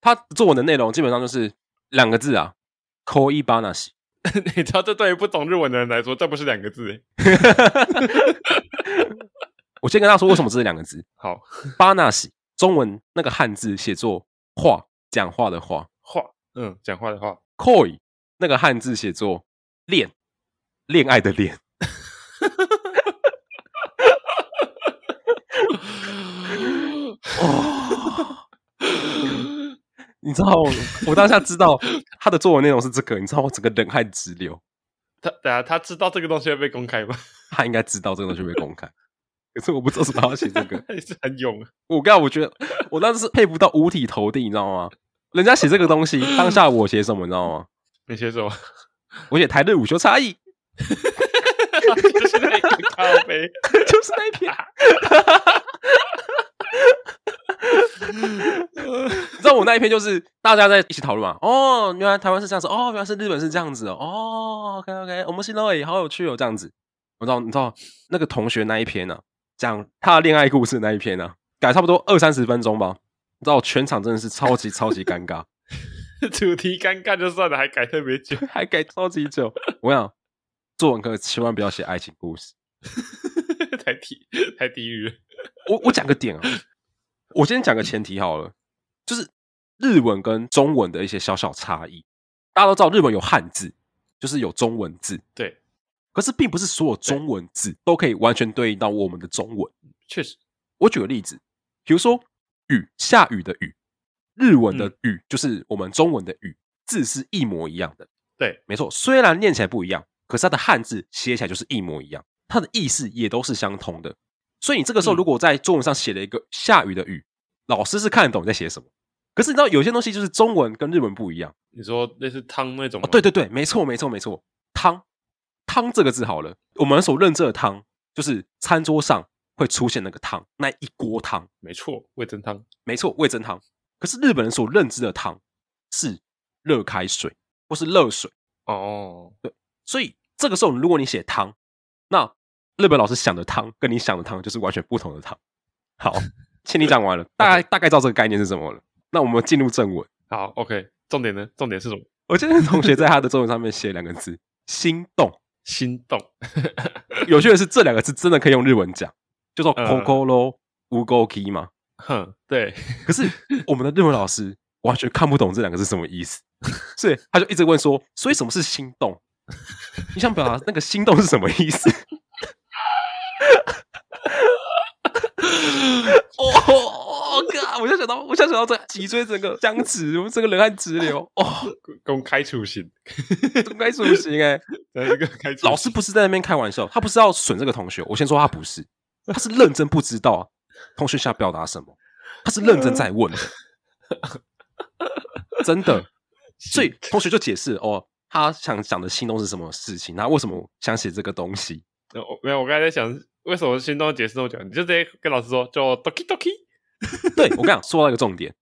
[SPEAKER 1] 他作文的内容基本上就是两个字啊，扣一巴那西。 [laughs]
[SPEAKER 2] 你知道，这对于不懂日文的人来说，这不是两个字。欸
[SPEAKER 1] 我先跟他说为什么这是两个字，
[SPEAKER 2] 好，
[SPEAKER 1] 巴那西中文那个汉字写作话，讲话的话，
[SPEAKER 2] 话，嗯，讲话的话，
[SPEAKER 1] 扣一那个汉字写作恋，恋爱的恋。 [laughs] 哦，你知道我当下知道他的作文内容是这个，你知道我整个冷汗直流。
[SPEAKER 2] 他等下他知道这个东西会被公开吗？
[SPEAKER 1] 他应该知道这个东西被公开， [laughs] 可是我不知道怎么要写这个。
[SPEAKER 2] 还 [laughs] 是很勇啊。
[SPEAKER 1] 我刚我觉得我当时是佩服到五体投地，你知道吗？人家写这个东西，当下我写什么，你知道吗？
[SPEAKER 2] 你写什么？
[SPEAKER 1] 我写台日午休差异，
[SPEAKER 2] [laughs] 就是那个咖啡。
[SPEAKER 1] [laughs] 就是那一篇。你知道我那一篇就是大家在一起讨论嘛？哦，原来台湾是这样子，哦，原来是日本是这样子哦，哦，OK OK，我们新罗也好有趣哦，这样子。我知道，你知道那个同学那一篇呢、啊，讲他的恋爱故事那一篇呢、啊，改差不多二三十分钟吧。你知道全场真的是超级超级尴尬，
[SPEAKER 2] 主题尴尬就算了，还改特别久。
[SPEAKER 1] [laughs] 还改超级久。我想作文课千万不要写爱情故事。
[SPEAKER 2] 太低太低狱了。
[SPEAKER 1] 我我讲个点啊，我先讲个前提好了，就是日文跟中文的一些小小差异。大家都知道日文有汉字，就是有中文字，
[SPEAKER 2] 对，
[SPEAKER 1] 可是并不是所有中文字都可以完全对应到我们的中文。
[SPEAKER 2] 确实，
[SPEAKER 1] 我举个例子，比如说“雨”，下雨的“雨”，日文的
[SPEAKER 2] 嗯
[SPEAKER 1] “雨”就是我们中文的“雨”，字是一模一样的。
[SPEAKER 2] 对，
[SPEAKER 1] 没错，虽然念起来不一样，可是它的汉字写起来就是一模一样，它的意思也都是相同的。所以你这个时候
[SPEAKER 2] 嗯
[SPEAKER 1] 如果在作文上写了一个下雨的雨，老师是看得懂你在写什么。可是你知道有些东西就是中文跟日文不一样
[SPEAKER 2] 你说类似汤那种
[SPEAKER 1] 哦，
[SPEAKER 2] 吗
[SPEAKER 1] 对，对对，没错没错没错。汤汤这个字好了，我们所认知的汤就是餐桌上会出现那个汤，那一锅汤，
[SPEAKER 2] 没错，味噌汤。
[SPEAKER 1] 没错味噌汤。可是日本人所认知的汤是热开水或是热水。
[SPEAKER 2] 哦，
[SPEAKER 1] 所以这个时候，如果你写汤，那日本老师想的汤跟你想的汤就是完全不同的汤。好，请你讲完了，大概大概知道这个概念是什么了。那我们进入正文。
[SPEAKER 2] 好，OK。重点呢？重点是什么？
[SPEAKER 1] 我今天同学在他的作文上面写两个字“心动
[SPEAKER 2] 心动。”。 [laughs]
[SPEAKER 1] 有趣的是，这两个字真的可以用日文讲，叫做
[SPEAKER 2] 呃
[SPEAKER 1] “kokoro ugoki” 嘛。
[SPEAKER 2] 哼，对，
[SPEAKER 1] 可是我们的日文老师完全看不懂这两个是什么意思，所以他就一直问说：“所以什么是心动？你想表达那个心动是什么意思？”哦哦哥，我就想到，我就想到这脊椎整个僵直，我整个冷汗直流。哦，
[SPEAKER 2] [laughs] 公开处刑，
[SPEAKER 1] 应该是不行哎、
[SPEAKER 2] 这是个 [laughs] 开除
[SPEAKER 1] 老师不是在那边开玩笑，他不是要损这个同学。我先说他不是，他是认真不知道同学想表达什么，他是认真在问的，真的。所以同学就解释哦，他想讲的心动是什么事情，他为什么想写这个东西。
[SPEAKER 2] 呃我没有，我刚才在想，为什么心动解释那么久？你就直接跟老师说，就 doki doki。
[SPEAKER 1] 对我跟你讲，说到一个重点，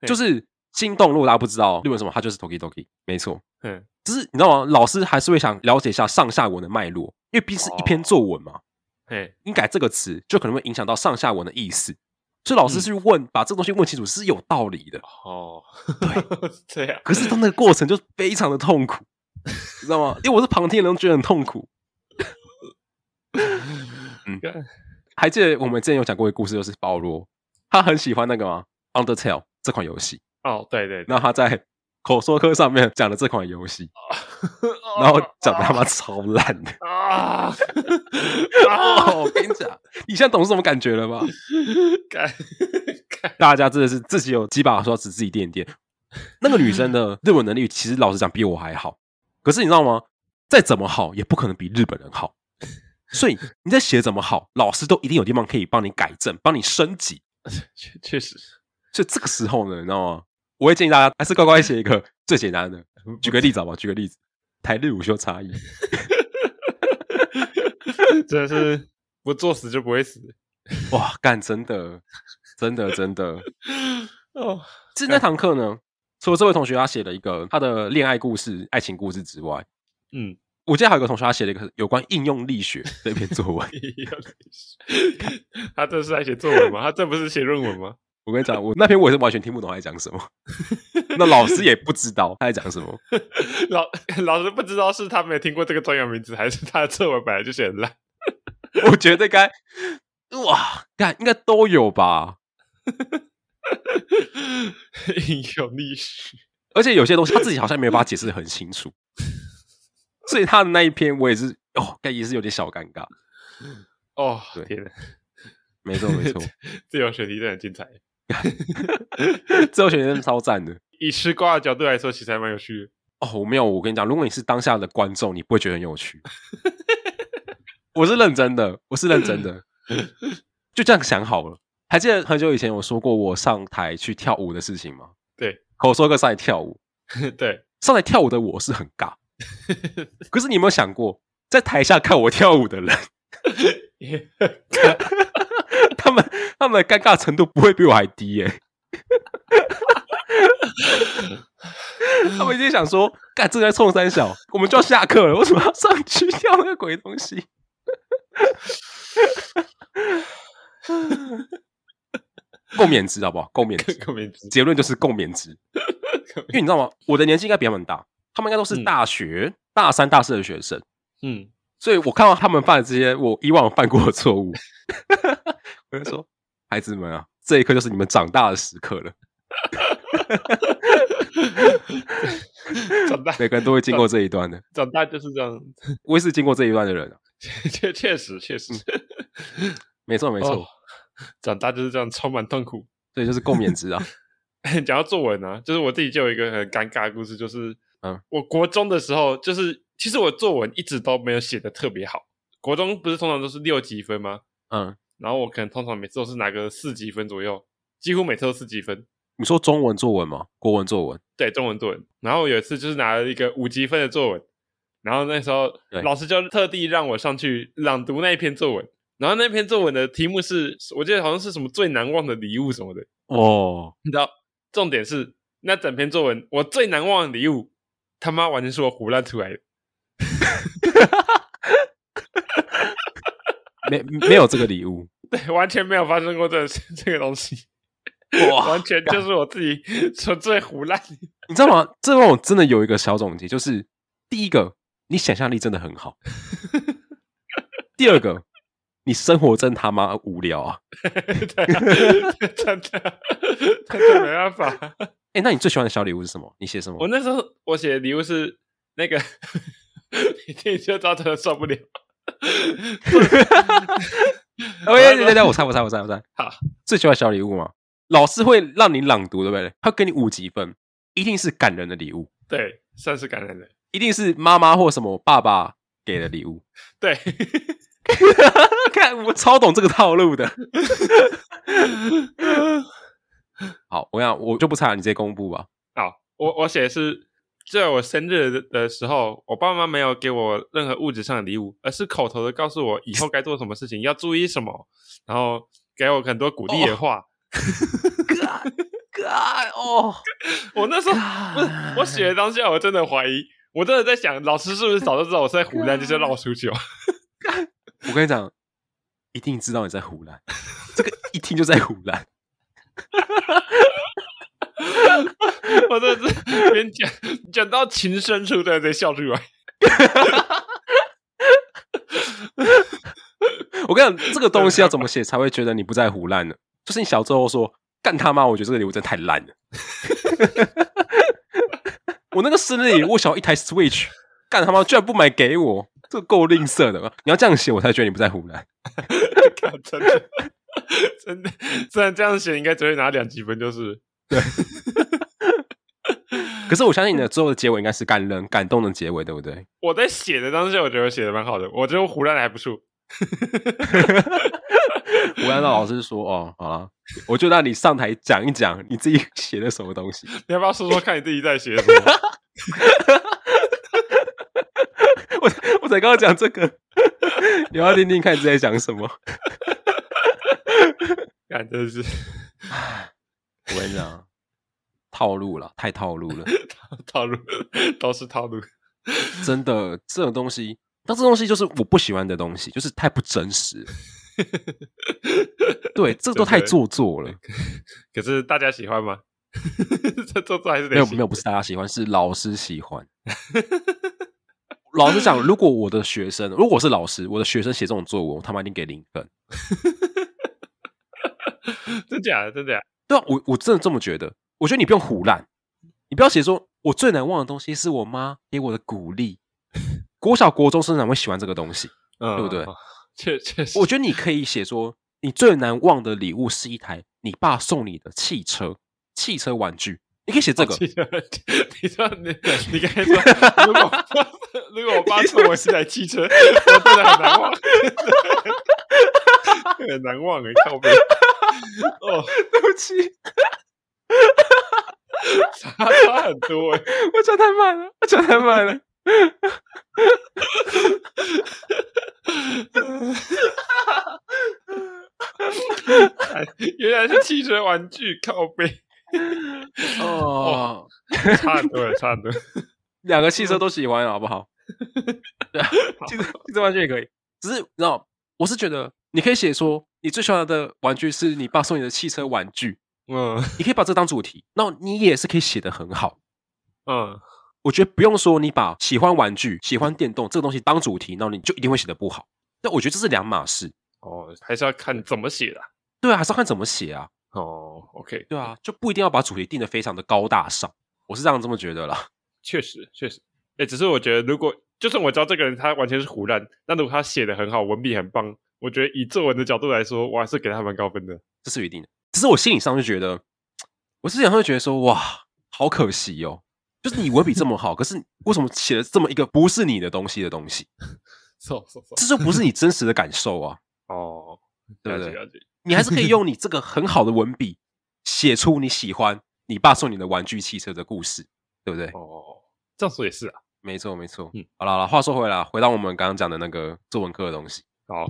[SPEAKER 2] 对
[SPEAKER 1] 就是心动。如果大家不知道日文什么，它就是 toki toki，没错。
[SPEAKER 2] 嗯，
[SPEAKER 1] 只是你知道吗？老师还是会想了解一下上下文的脉络，因为毕竟是一篇
[SPEAKER 2] 哦
[SPEAKER 1] 作文嘛。
[SPEAKER 2] 嘿，
[SPEAKER 1] 你改这个词，就可能会影响到上下文的意思。所以老师
[SPEAKER 2] 嗯
[SPEAKER 1] 去问，把这个东西问清楚是有道理的。
[SPEAKER 2] 哦，
[SPEAKER 1] [laughs]
[SPEAKER 2] 对，这样，
[SPEAKER 1] 可是他那个过程就非常的痛苦，你知道吗？因为我是旁听的人，都觉得很痛苦。嗯
[SPEAKER 2] 干，
[SPEAKER 1] 还记得我们之前有讲过一个故事，就是保罗，他很喜欢那个吗？Undertale 这款游戏，
[SPEAKER 2] 哦，对对，对
[SPEAKER 1] 然后他在口说课上面讲了这款游戏，然后讲得他妈超烂的。
[SPEAKER 2] 哦啊
[SPEAKER 1] [laughs]
[SPEAKER 2] 啊，
[SPEAKER 1] 哦，我跟你讲，你现在懂是什么感觉了吧？
[SPEAKER 2] 干干，
[SPEAKER 1] 大家真的是自己有几把刷子自己垫一垫。那个女生的日文能力，其实老实讲比我还好。可是你知道吗？再怎么好，也不可能比日本人好。所以你在写怎么好，老师都一定有地方可以帮你改正，帮你升级。
[SPEAKER 2] 确确实，
[SPEAKER 1] 所以这个时候呢，你知道吗？我会建议大家还是乖乖写一个最简单的。举个例子好吧，举个例子，台日午休差异。
[SPEAKER 2] 真的是不作死就不会死。
[SPEAKER 1] 哇，干，真的，真的，真的。 [laughs]
[SPEAKER 2] 哦，
[SPEAKER 1] 其实那堂课呢，除了这位同学他写了一个他的恋爱故事、爱情故事之外，
[SPEAKER 2] 嗯，。
[SPEAKER 1] 我记得还有一个同学，他写了一个有关应用力学这篇作文 [laughs]
[SPEAKER 2] 他这是在写作文吗？他这不是写论文吗？
[SPEAKER 1] 我跟你讲，我那篇我也是完全听不懂他在讲什么， [laughs] 那老师也不知道他在讲什么。 [laughs]
[SPEAKER 2] 老老师不知道是他没有听过这个专有名词，还是他的作文本来就写得烂。 [laughs]
[SPEAKER 1] 我觉得该哇，干应该都有吧。
[SPEAKER 2] 应用历史，
[SPEAKER 1] 而且有些东西他自己好像没有把它解释的很清楚，所以他的那一篇我也是哦，该也是有点小尴尬。
[SPEAKER 2] 哦，
[SPEAKER 1] 对
[SPEAKER 2] 天哪，
[SPEAKER 1] 没错没错，
[SPEAKER 2] 自由选题真的很精彩。
[SPEAKER 1] 最后选真的超赞的
[SPEAKER 2] 以吃瓜的角度来说，其实还蛮有趣的。
[SPEAKER 1] 哦。我没有，我跟你讲，如果你是当下的观众，你不会觉得很有趣。我是认真的，我是认真的。就这样想好了。还记得很久以前有说过我上台去跳舞的事情吗？
[SPEAKER 2] 对，
[SPEAKER 1] 口说课上来跳舞，
[SPEAKER 2] [laughs] 对，
[SPEAKER 1] 上来跳舞的我是很尬。可是你有没有想过，在台下看我跳舞的人，他们他们的尴尬程度不会比我还低耶、 [laughs] 他们一定想说，干这个在冲三小，我们就要下课了，为什么要上去跳那个鬼东西？共勉值好不好？共勉值，
[SPEAKER 2] 个名字，
[SPEAKER 1] 结论就是共勉值。因为你知道吗？我的年纪应该比他们大，他们应该都是
[SPEAKER 2] 嗯
[SPEAKER 1] 大学、大三、大四的学生，
[SPEAKER 2] 嗯，
[SPEAKER 1] 所以我看到他们犯的这些我以往犯过的错
[SPEAKER 2] [laughs]
[SPEAKER 1] 误，我就说：孩子们啊，这一刻就是你们长大的时刻了。
[SPEAKER 2] 长大
[SPEAKER 1] 每个人都会经过这一段的，
[SPEAKER 2] 长大就是这样，
[SPEAKER 1] 我也是经过这一段的人、啊。
[SPEAKER 2] 确确实确实，
[SPEAKER 1] 没错，嗯没错，
[SPEAKER 2] 哦长大就是这样，充满痛苦。 [laughs]
[SPEAKER 1] 所以就是共勉值啊。
[SPEAKER 2] 讲到作文啊，就是我自己就有一个很尴尬的故事，就是，
[SPEAKER 1] 嗯，
[SPEAKER 2] 我国中的时候，就是其实我作文一直都没有写的特别好。国中不是通常都是六级分吗？
[SPEAKER 1] 嗯，
[SPEAKER 2] 然后我可能通常每次都是拿个四级分左右，几乎每次都四级分。
[SPEAKER 1] 你说中文作文吗？国文作文？
[SPEAKER 2] 对，中文作文。然后有一次就是拿了一个五级分的作文，然后那时候
[SPEAKER 1] 对
[SPEAKER 2] 老师就特地让我上去朗读那一篇作文。然后那篇作文的题目是，我记得好像是什么最难忘的礼物什么的。
[SPEAKER 1] 哦，
[SPEAKER 2] 你知道，重点是那整篇作文我最难忘的礼物，他妈完全是我胡乱出来的。
[SPEAKER 1] [laughs]
[SPEAKER 2] [laughs]
[SPEAKER 1] 没没有这个礼
[SPEAKER 2] [laughs]
[SPEAKER 1] 物，
[SPEAKER 2] 对，完全没有发生过这 [laughs] 这个东西，
[SPEAKER 1] 哇
[SPEAKER 2] 完全就是我自己纯粹胡乱。
[SPEAKER 1] 你知道吗？这让我真的有一个小总结，就是第一个，你想象力真的很
[SPEAKER 2] [laughs]
[SPEAKER 1] 好；第二个，你生活真他妈无聊啊！
[SPEAKER 2] [laughs]
[SPEAKER 1] [laughs]
[SPEAKER 2] 对啊、真的，真的没办法。
[SPEAKER 1] 哎、那你最喜欢的小礼物是什么？你写什么
[SPEAKER 2] 我？那时候我写的礼物是那个，你听就知道真的受不了。
[SPEAKER 1] 哎，对对 [laughs] 对，我猜，我猜，我猜，我猜。
[SPEAKER 2] 好，
[SPEAKER 1] 最喜欢小礼物嘛，老师会让你朗读，对不对？他给你五级分，一定是感人的礼物，
[SPEAKER 2] 对，算是感人的，
[SPEAKER 1] 一定是妈妈或什么爸爸给的礼物。 [laughs]
[SPEAKER 2] 对，
[SPEAKER 1] 看，我超懂这个套路的。好，我想我就不猜了，你直接公布吧。
[SPEAKER 2] 好，我我写的是，在我生日的的时候，我爸妈没有给我任何物质上的礼物，而是口头的告诉我以后该做什么事情，要注意什么，然后给我很多鼓励的话。
[SPEAKER 1] God，哦，
[SPEAKER 2] 我那时候不是我写的当下，我真的怀疑，我真的在想，老师是不是早就知道我是在胡乱，就是绕出去哦？
[SPEAKER 1] 我跟你讲，一定知道你在胡乱，这个一听就在胡乱。
[SPEAKER 2] [laughs] 我真的是边讲讲到情深处，在在笑出来。 [laughs]
[SPEAKER 1] 我跟你讲，这个东西要怎么写才会觉得你不在胡乱呢？就是你小时候说干他妈，我觉得这个礼物真的太烂了。 [laughs] 我那个生日礼物想要一台 Switch，干他妈居然不买给我，这个够吝啬的吧？你要这样写，我才觉得你不在胡乱。
[SPEAKER 2] 看真的，真的，虽然这样写应该只会拿两积分，就是
[SPEAKER 1] 可是我相信你的最后的结尾应该是感人、感动的结尾，对不对？
[SPEAKER 2] 我在写的当时，我觉得我写的蛮好的，我觉得我胡乱的还不错。
[SPEAKER 1] 我按照老师说，哦，好了，我就让你上台讲一讲你自己 [laughs] 写的什么东西。 [laughs]
[SPEAKER 2] 你要不要说说看你自己在写什么？
[SPEAKER 1] 我我才刚刚讲这个， [laughs] 你要听听看你在讲什么。
[SPEAKER 2] 看，真的是 [laughs]
[SPEAKER 1] 我跟你讲，套路了，太套路了，
[SPEAKER 2] 套路，都是套路。
[SPEAKER 1] 真的，这种东西，但这东西就是我不喜欢的东西，就是太不真实了。对，这都太做作了。
[SPEAKER 2] 可是大家喜欢吗？ [laughs] 这做作还是得
[SPEAKER 1] 没有
[SPEAKER 2] 喜
[SPEAKER 1] 没有，不是大家喜欢，是老师喜欢。老师讲，如果我的学生，如果我是老师，我的学生写这种作文，我他妈一定给零分。
[SPEAKER 2] 真假的，真假的。
[SPEAKER 1] 对啊，我我真的这么觉得。我觉得你不用胡乱，你不要写说我最难忘的东西是我妈给我的鼓励。国小国中生哪会喜欢这个东西？
[SPEAKER 2] 嗯，
[SPEAKER 1] 对不对？
[SPEAKER 2] 确确实，
[SPEAKER 1] 我觉得你可以写说，你最难忘的礼物是一台你爸送你的汽车、汽车玩具。你可以写
[SPEAKER 2] [laughs]
[SPEAKER 1] 这个，
[SPEAKER 2] 记得你说你你刚才说，如果 [laughs] 如果我爸送我是台汽车，我真的很难忘， [laughs] 很难忘哎，靠背。哦，
[SPEAKER 1] 对不起，
[SPEAKER 2] 差差很多哎，
[SPEAKER 1] [laughs] 我讲太慢了，我讲太慢了。
[SPEAKER 2] 欸原来是汽车玩具，靠背，
[SPEAKER 1] 哦，
[SPEAKER 2] 差很多了，欸差很多。
[SPEAKER 1] 两个汽车都喜欢，好不好？ [laughs] 对啊汽车汽车玩具也可以，只是你知道，我是觉得你可以写说，你最喜欢的玩具是你爸送你的汽车玩具，
[SPEAKER 2] 嗯
[SPEAKER 1] 你可以把这当主题，那你也是可以写的很好。
[SPEAKER 2] 嗯，
[SPEAKER 1] 我觉得不用说，你把喜欢玩具、喜欢电动这个东西当主题，那你就一定会写的不好。但我觉得这是两码事，
[SPEAKER 2] 哦，还是要看怎么写啦。
[SPEAKER 1] 对啊，还是要看怎么写啊，
[SPEAKER 2] 哦，OK，
[SPEAKER 1] 对啊，就不一定要把主题定的非常的高大上，我是这样这么觉得啦。
[SPEAKER 2] 确实确实，哎，只是我觉得，如果就算我知道这个人他完全是胡乱，但如果他写的很好，文笔很棒，我觉得以作文的角度来说，我还是给他蛮高分的。
[SPEAKER 1] 这是一定的，只是我心理上就觉得，我思想上就觉得说，哇，好可惜哦，就是你文笔这么好，可是为什么写了这么一个不是你的东西的东西？
[SPEAKER 2] 错错错，
[SPEAKER 1] 这就不是你真实的感受啊，
[SPEAKER 2] 哦，
[SPEAKER 1] 对
[SPEAKER 2] 了
[SPEAKER 1] 不
[SPEAKER 2] 解
[SPEAKER 1] 对？
[SPEAKER 2] 了解，
[SPEAKER 1] 你还是可以用你这个很好的文笔写出你喜欢你爸送你的玩具汽车的故事，对不对？
[SPEAKER 2] 哦，这样说也是啊。
[SPEAKER 1] 没错，没错。
[SPEAKER 2] 嗯
[SPEAKER 1] 好了，好了，话说回来，回到我们刚刚讲的那个作文课的东西，
[SPEAKER 2] [laughs] 好，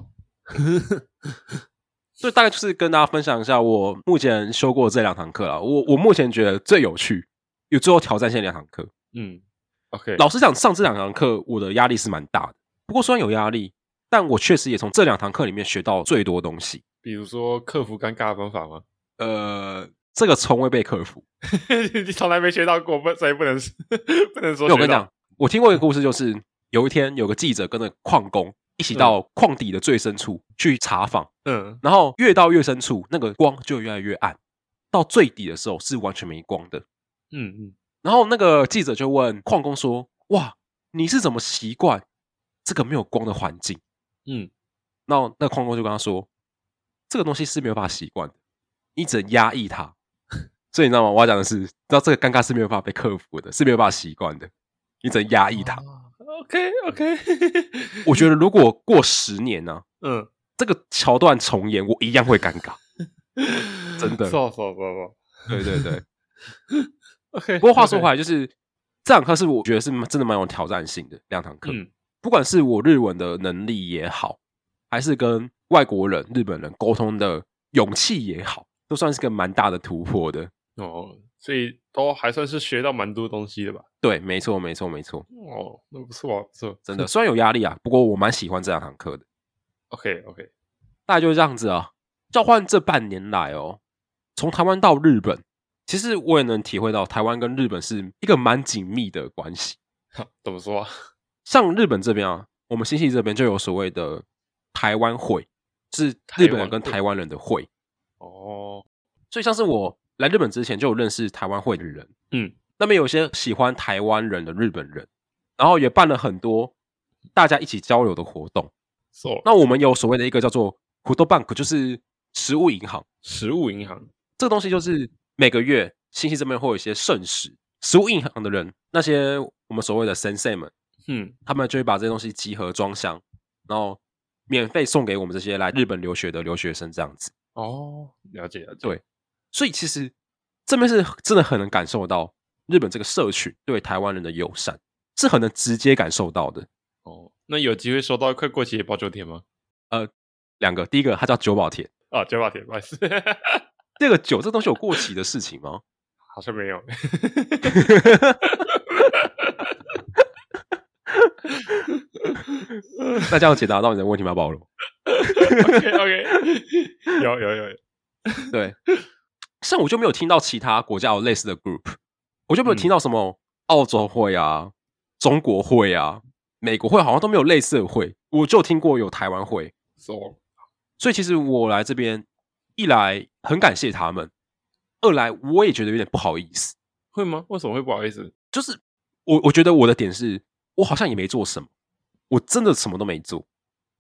[SPEAKER 1] 所以大概就是跟大家分享一下我目前修过这两堂课了。我我目前觉得最有趣、有最有挑战性的两堂课。
[SPEAKER 2] 嗯，OK，
[SPEAKER 1] 老实讲，上这两堂课我的压力是蛮大的。不过虽然有压力，但我确实也从这两堂课里面学到最多东西。
[SPEAKER 2] 比如说克服尴尬的方法吗？
[SPEAKER 1] 呃，这个从未被克服。
[SPEAKER 2] [laughs] 你从来没学到过，不，所以不能不能说。 [laughs]
[SPEAKER 1] 因为我跟你讲，，我听过一个故事，就是有一天有个记者跟着矿工一起到矿底的最深处去查访，
[SPEAKER 2] 嗯，
[SPEAKER 1] 然后越到越深处，那个光就越来越暗，到最底的时候是完全没光的。
[SPEAKER 2] 嗯嗯，
[SPEAKER 1] 然后那个记者就问矿工说：“哇，你是怎么习惯这个没有光的环境？”
[SPEAKER 2] 嗯，
[SPEAKER 1] 那那矿工就跟他说：“这个东西是没有办法习惯的，你只能压抑它。 [laughs] 所以你知道吗？我要讲的是，知道这个尴尬是没有办法被克服的，是没有办法习惯的，你只能
[SPEAKER 2] 啊
[SPEAKER 1] 压抑它。
[SPEAKER 2] 哦 OK OK，
[SPEAKER 1] 我觉得如果过十年呢、
[SPEAKER 2] 嗯， [laughs]
[SPEAKER 1] 这个桥段重演，我一样会尴尬。
[SPEAKER 2] 嗯
[SPEAKER 1] 真的
[SPEAKER 2] 错错错错
[SPEAKER 1] 对对对。
[SPEAKER 2] ，OK。
[SPEAKER 1] 不过话说回来，就是这堂课是我觉得是真的蛮有挑战性的两堂课，
[SPEAKER 2] 嗯
[SPEAKER 1] 不管是我日文的能力也好，还是跟外国人、日本人沟通的勇气也好，都算是个蛮大的突破的。
[SPEAKER 2] 哦，所以都还算是学到蛮多东西的吧？
[SPEAKER 1] 对，没错，没错，没错，
[SPEAKER 2] 哦，那不错啊，不错，
[SPEAKER 1] 真的。虽然有压力啊，不过我蛮喜欢这两堂课的。
[SPEAKER 2] OK [laughs] OK，
[SPEAKER 1] 大概就是这样子啊。交换这半年来哦，从台湾到日本，其实我也能体会到台湾跟日本是一个蛮紧密的关系。
[SPEAKER 2] 哈怎么说啊？
[SPEAKER 1] 像日本这边啊，我们新系这边就有所谓的台湾会，是日本人跟台湾人的会。
[SPEAKER 2] 哦，
[SPEAKER 1] 所以像是我来日本之前就有认识台湾会的人，
[SPEAKER 2] 嗯，
[SPEAKER 1] 那边有些喜欢台湾人的日本人，然后也办了很多大家一起交流的活动。
[SPEAKER 2] 错，
[SPEAKER 1] 那我们有所谓的一个叫做 h u d o Bank，就是食物银行。
[SPEAKER 2] 食物银行，
[SPEAKER 1] 这个东西就是每个月信息这边会有一些盛食，食物银行的人，那些我们所谓的 sensei 们，
[SPEAKER 2] 嗯，
[SPEAKER 1] 他们就会把这些东西集合装箱，然后免费送给我们这些来日本留学的留学生这样子。
[SPEAKER 2] 哦，了解了解，
[SPEAKER 1] 对所以其实这边是真的很能感受到日本这个社群对台湾人的友善，是很能直接感受到的。
[SPEAKER 2] 哦，那有机会收到快过期的包九甜吗？
[SPEAKER 1] 两个，第一个它叫九宝田，
[SPEAKER 2] 啊，九宝甜，不好意思，
[SPEAKER 1] 第二个酒这东西有过期的事情吗？
[SPEAKER 2] [laughs] 好像没 [laughs] 有，
[SPEAKER 1] 那这样解答到你的问题吗，保罗？
[SPEAKER 2] [laughs] OK OK，有有有，
[SPEAKER 1] 对，像我就没有听到其他国家有类似的 group，我就没有
[SPEAKER 2] 嗯
[SPEAKER 1] 听到什么澳洲会啊、中国会啊、美国会，好像都没有类似的会。我就听过有台湾会，
[SPEAKER 2] 错，
[SPEAKER 1] 所以其实我来这边，一来很感谢他们，二来我也觉得有点不好意思。
[SPEAKER 2] 会吗？为什么会不好意思？
[SPEAKER 1] 就是我我觉得我的点是，我好像也没做什么，我真的什么都没做，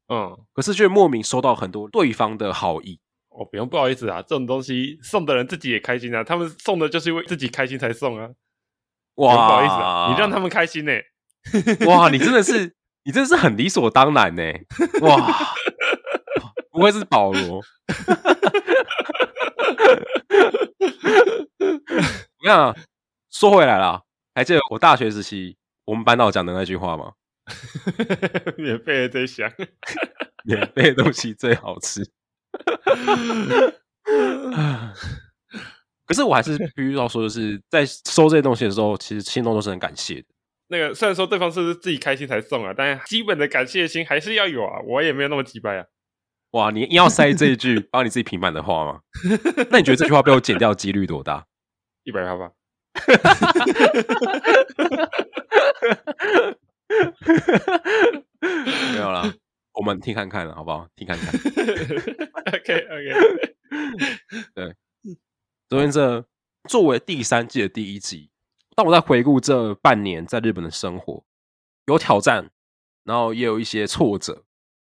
[SPEAKER 2] 嗯，
[SPEAKER 1] 可是却莫名收到很多对方的好意。
[SPEAKER 2] 哦，不用不好意思啊，这种东西送的人自己也开心啊，他们送的就是因为自己开心才送啊，
[SPEAKER 1] 哇，
[SPEAKER 2] 不用不好意思啊，你让他们开心呢、 [laughs]
[SPEAKER 1] [laughs] 哇，你真的是，你真的是很理所当然呢、哇， [laughs] 不愧是保罗。 [laughs] 我看啊，说回来啦，还记得我大学时期我们班导讲的那句话吗？ [laughs]
[SPEAKER 2] 免费的最香，
[SPEAKER 1] 免费的东西最好吃。 [laughs] 啊可是我还是必须要说，就是在收这些东西的时候，其实心中都是很感谢的。
[SPEAKER 2] [laughs] 那个虽然说对方是自己开心才送啊，但基本的感谢心还是要有啊，我也没有那么鸡掰啊。
[SPEAKER 1] 哇，你硬要塞这一句帮你自己平反的话吗？那你觉得这句话被我剪掉的几率多大？
[SPEAKER 2] [laughs] 一百趴吧。
[SPEAKER 1] 没有啦，我们听看看了，好不好？听看看。
[SPEAKER 2] OK OK，
[SPEAKER 1] 昨天这作为第三季的第一集，当我在回顾这半年在日本的生活，有挑战，然后也有一些挫折，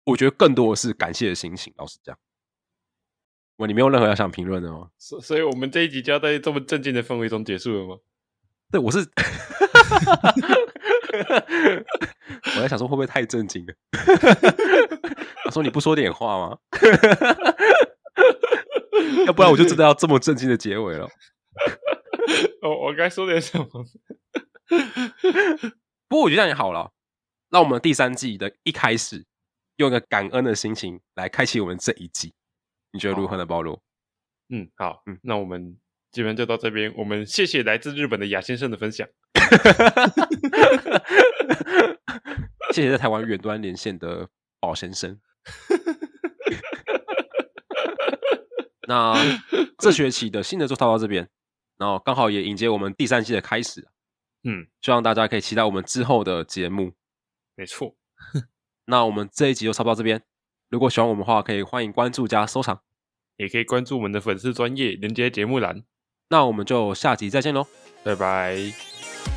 [SPEAKER 1] 我觉得更多的是感谢的心情。老实讲，我你没有任何要想评论的哦吗？
[SPEAKER 2] 所所以我们这一集就要在这么正经的氛围中结束了吗？
[SPEAKER 1] 对，我是， [laughs] 我在想说会不会太震惊了？ [laughs] 我说你不说点话吗？ [laughs] 要不然我就真的要这么震惊的结尾了。
[SPEAKER 2] 哦，我该说点什么？
[SPEAKER 1] 不过我觉得这样也好了，让我们第三季的一开始用一个感恩的心情来开启我们这一季，你觉得如何呢，保罗？
[SPEAKER 2] 嗯，好，
[SPEAKER 1] 嗯
[SPEAKER 2] 嗯，那我们基本上就到这边。我们谢谢来自日本的雅先生的分享。
[SPEAKER 1] [laughs] 谢谢在台湾远端连线的宝先生。那这学期的新的就套到这边，然后刚好也迎接我们第三季的开始，啊
[SPEAKER 2] 嗯，
[SPEAKER 1] 希望大家可以期待我们之后的节目。
[SPEAKER 2] 没错，
[SPEAKER 1] 那我们这一集就差不多到这边，如果喜欢我们的话，可以欢迎关注加收藏。
[SPEAKER 2] 也可以关注我们的粉丝专业连接节目栏。
[SPEAKER 1] 那我们就下集再见喽，
[SPEAKER 2] 拜拜。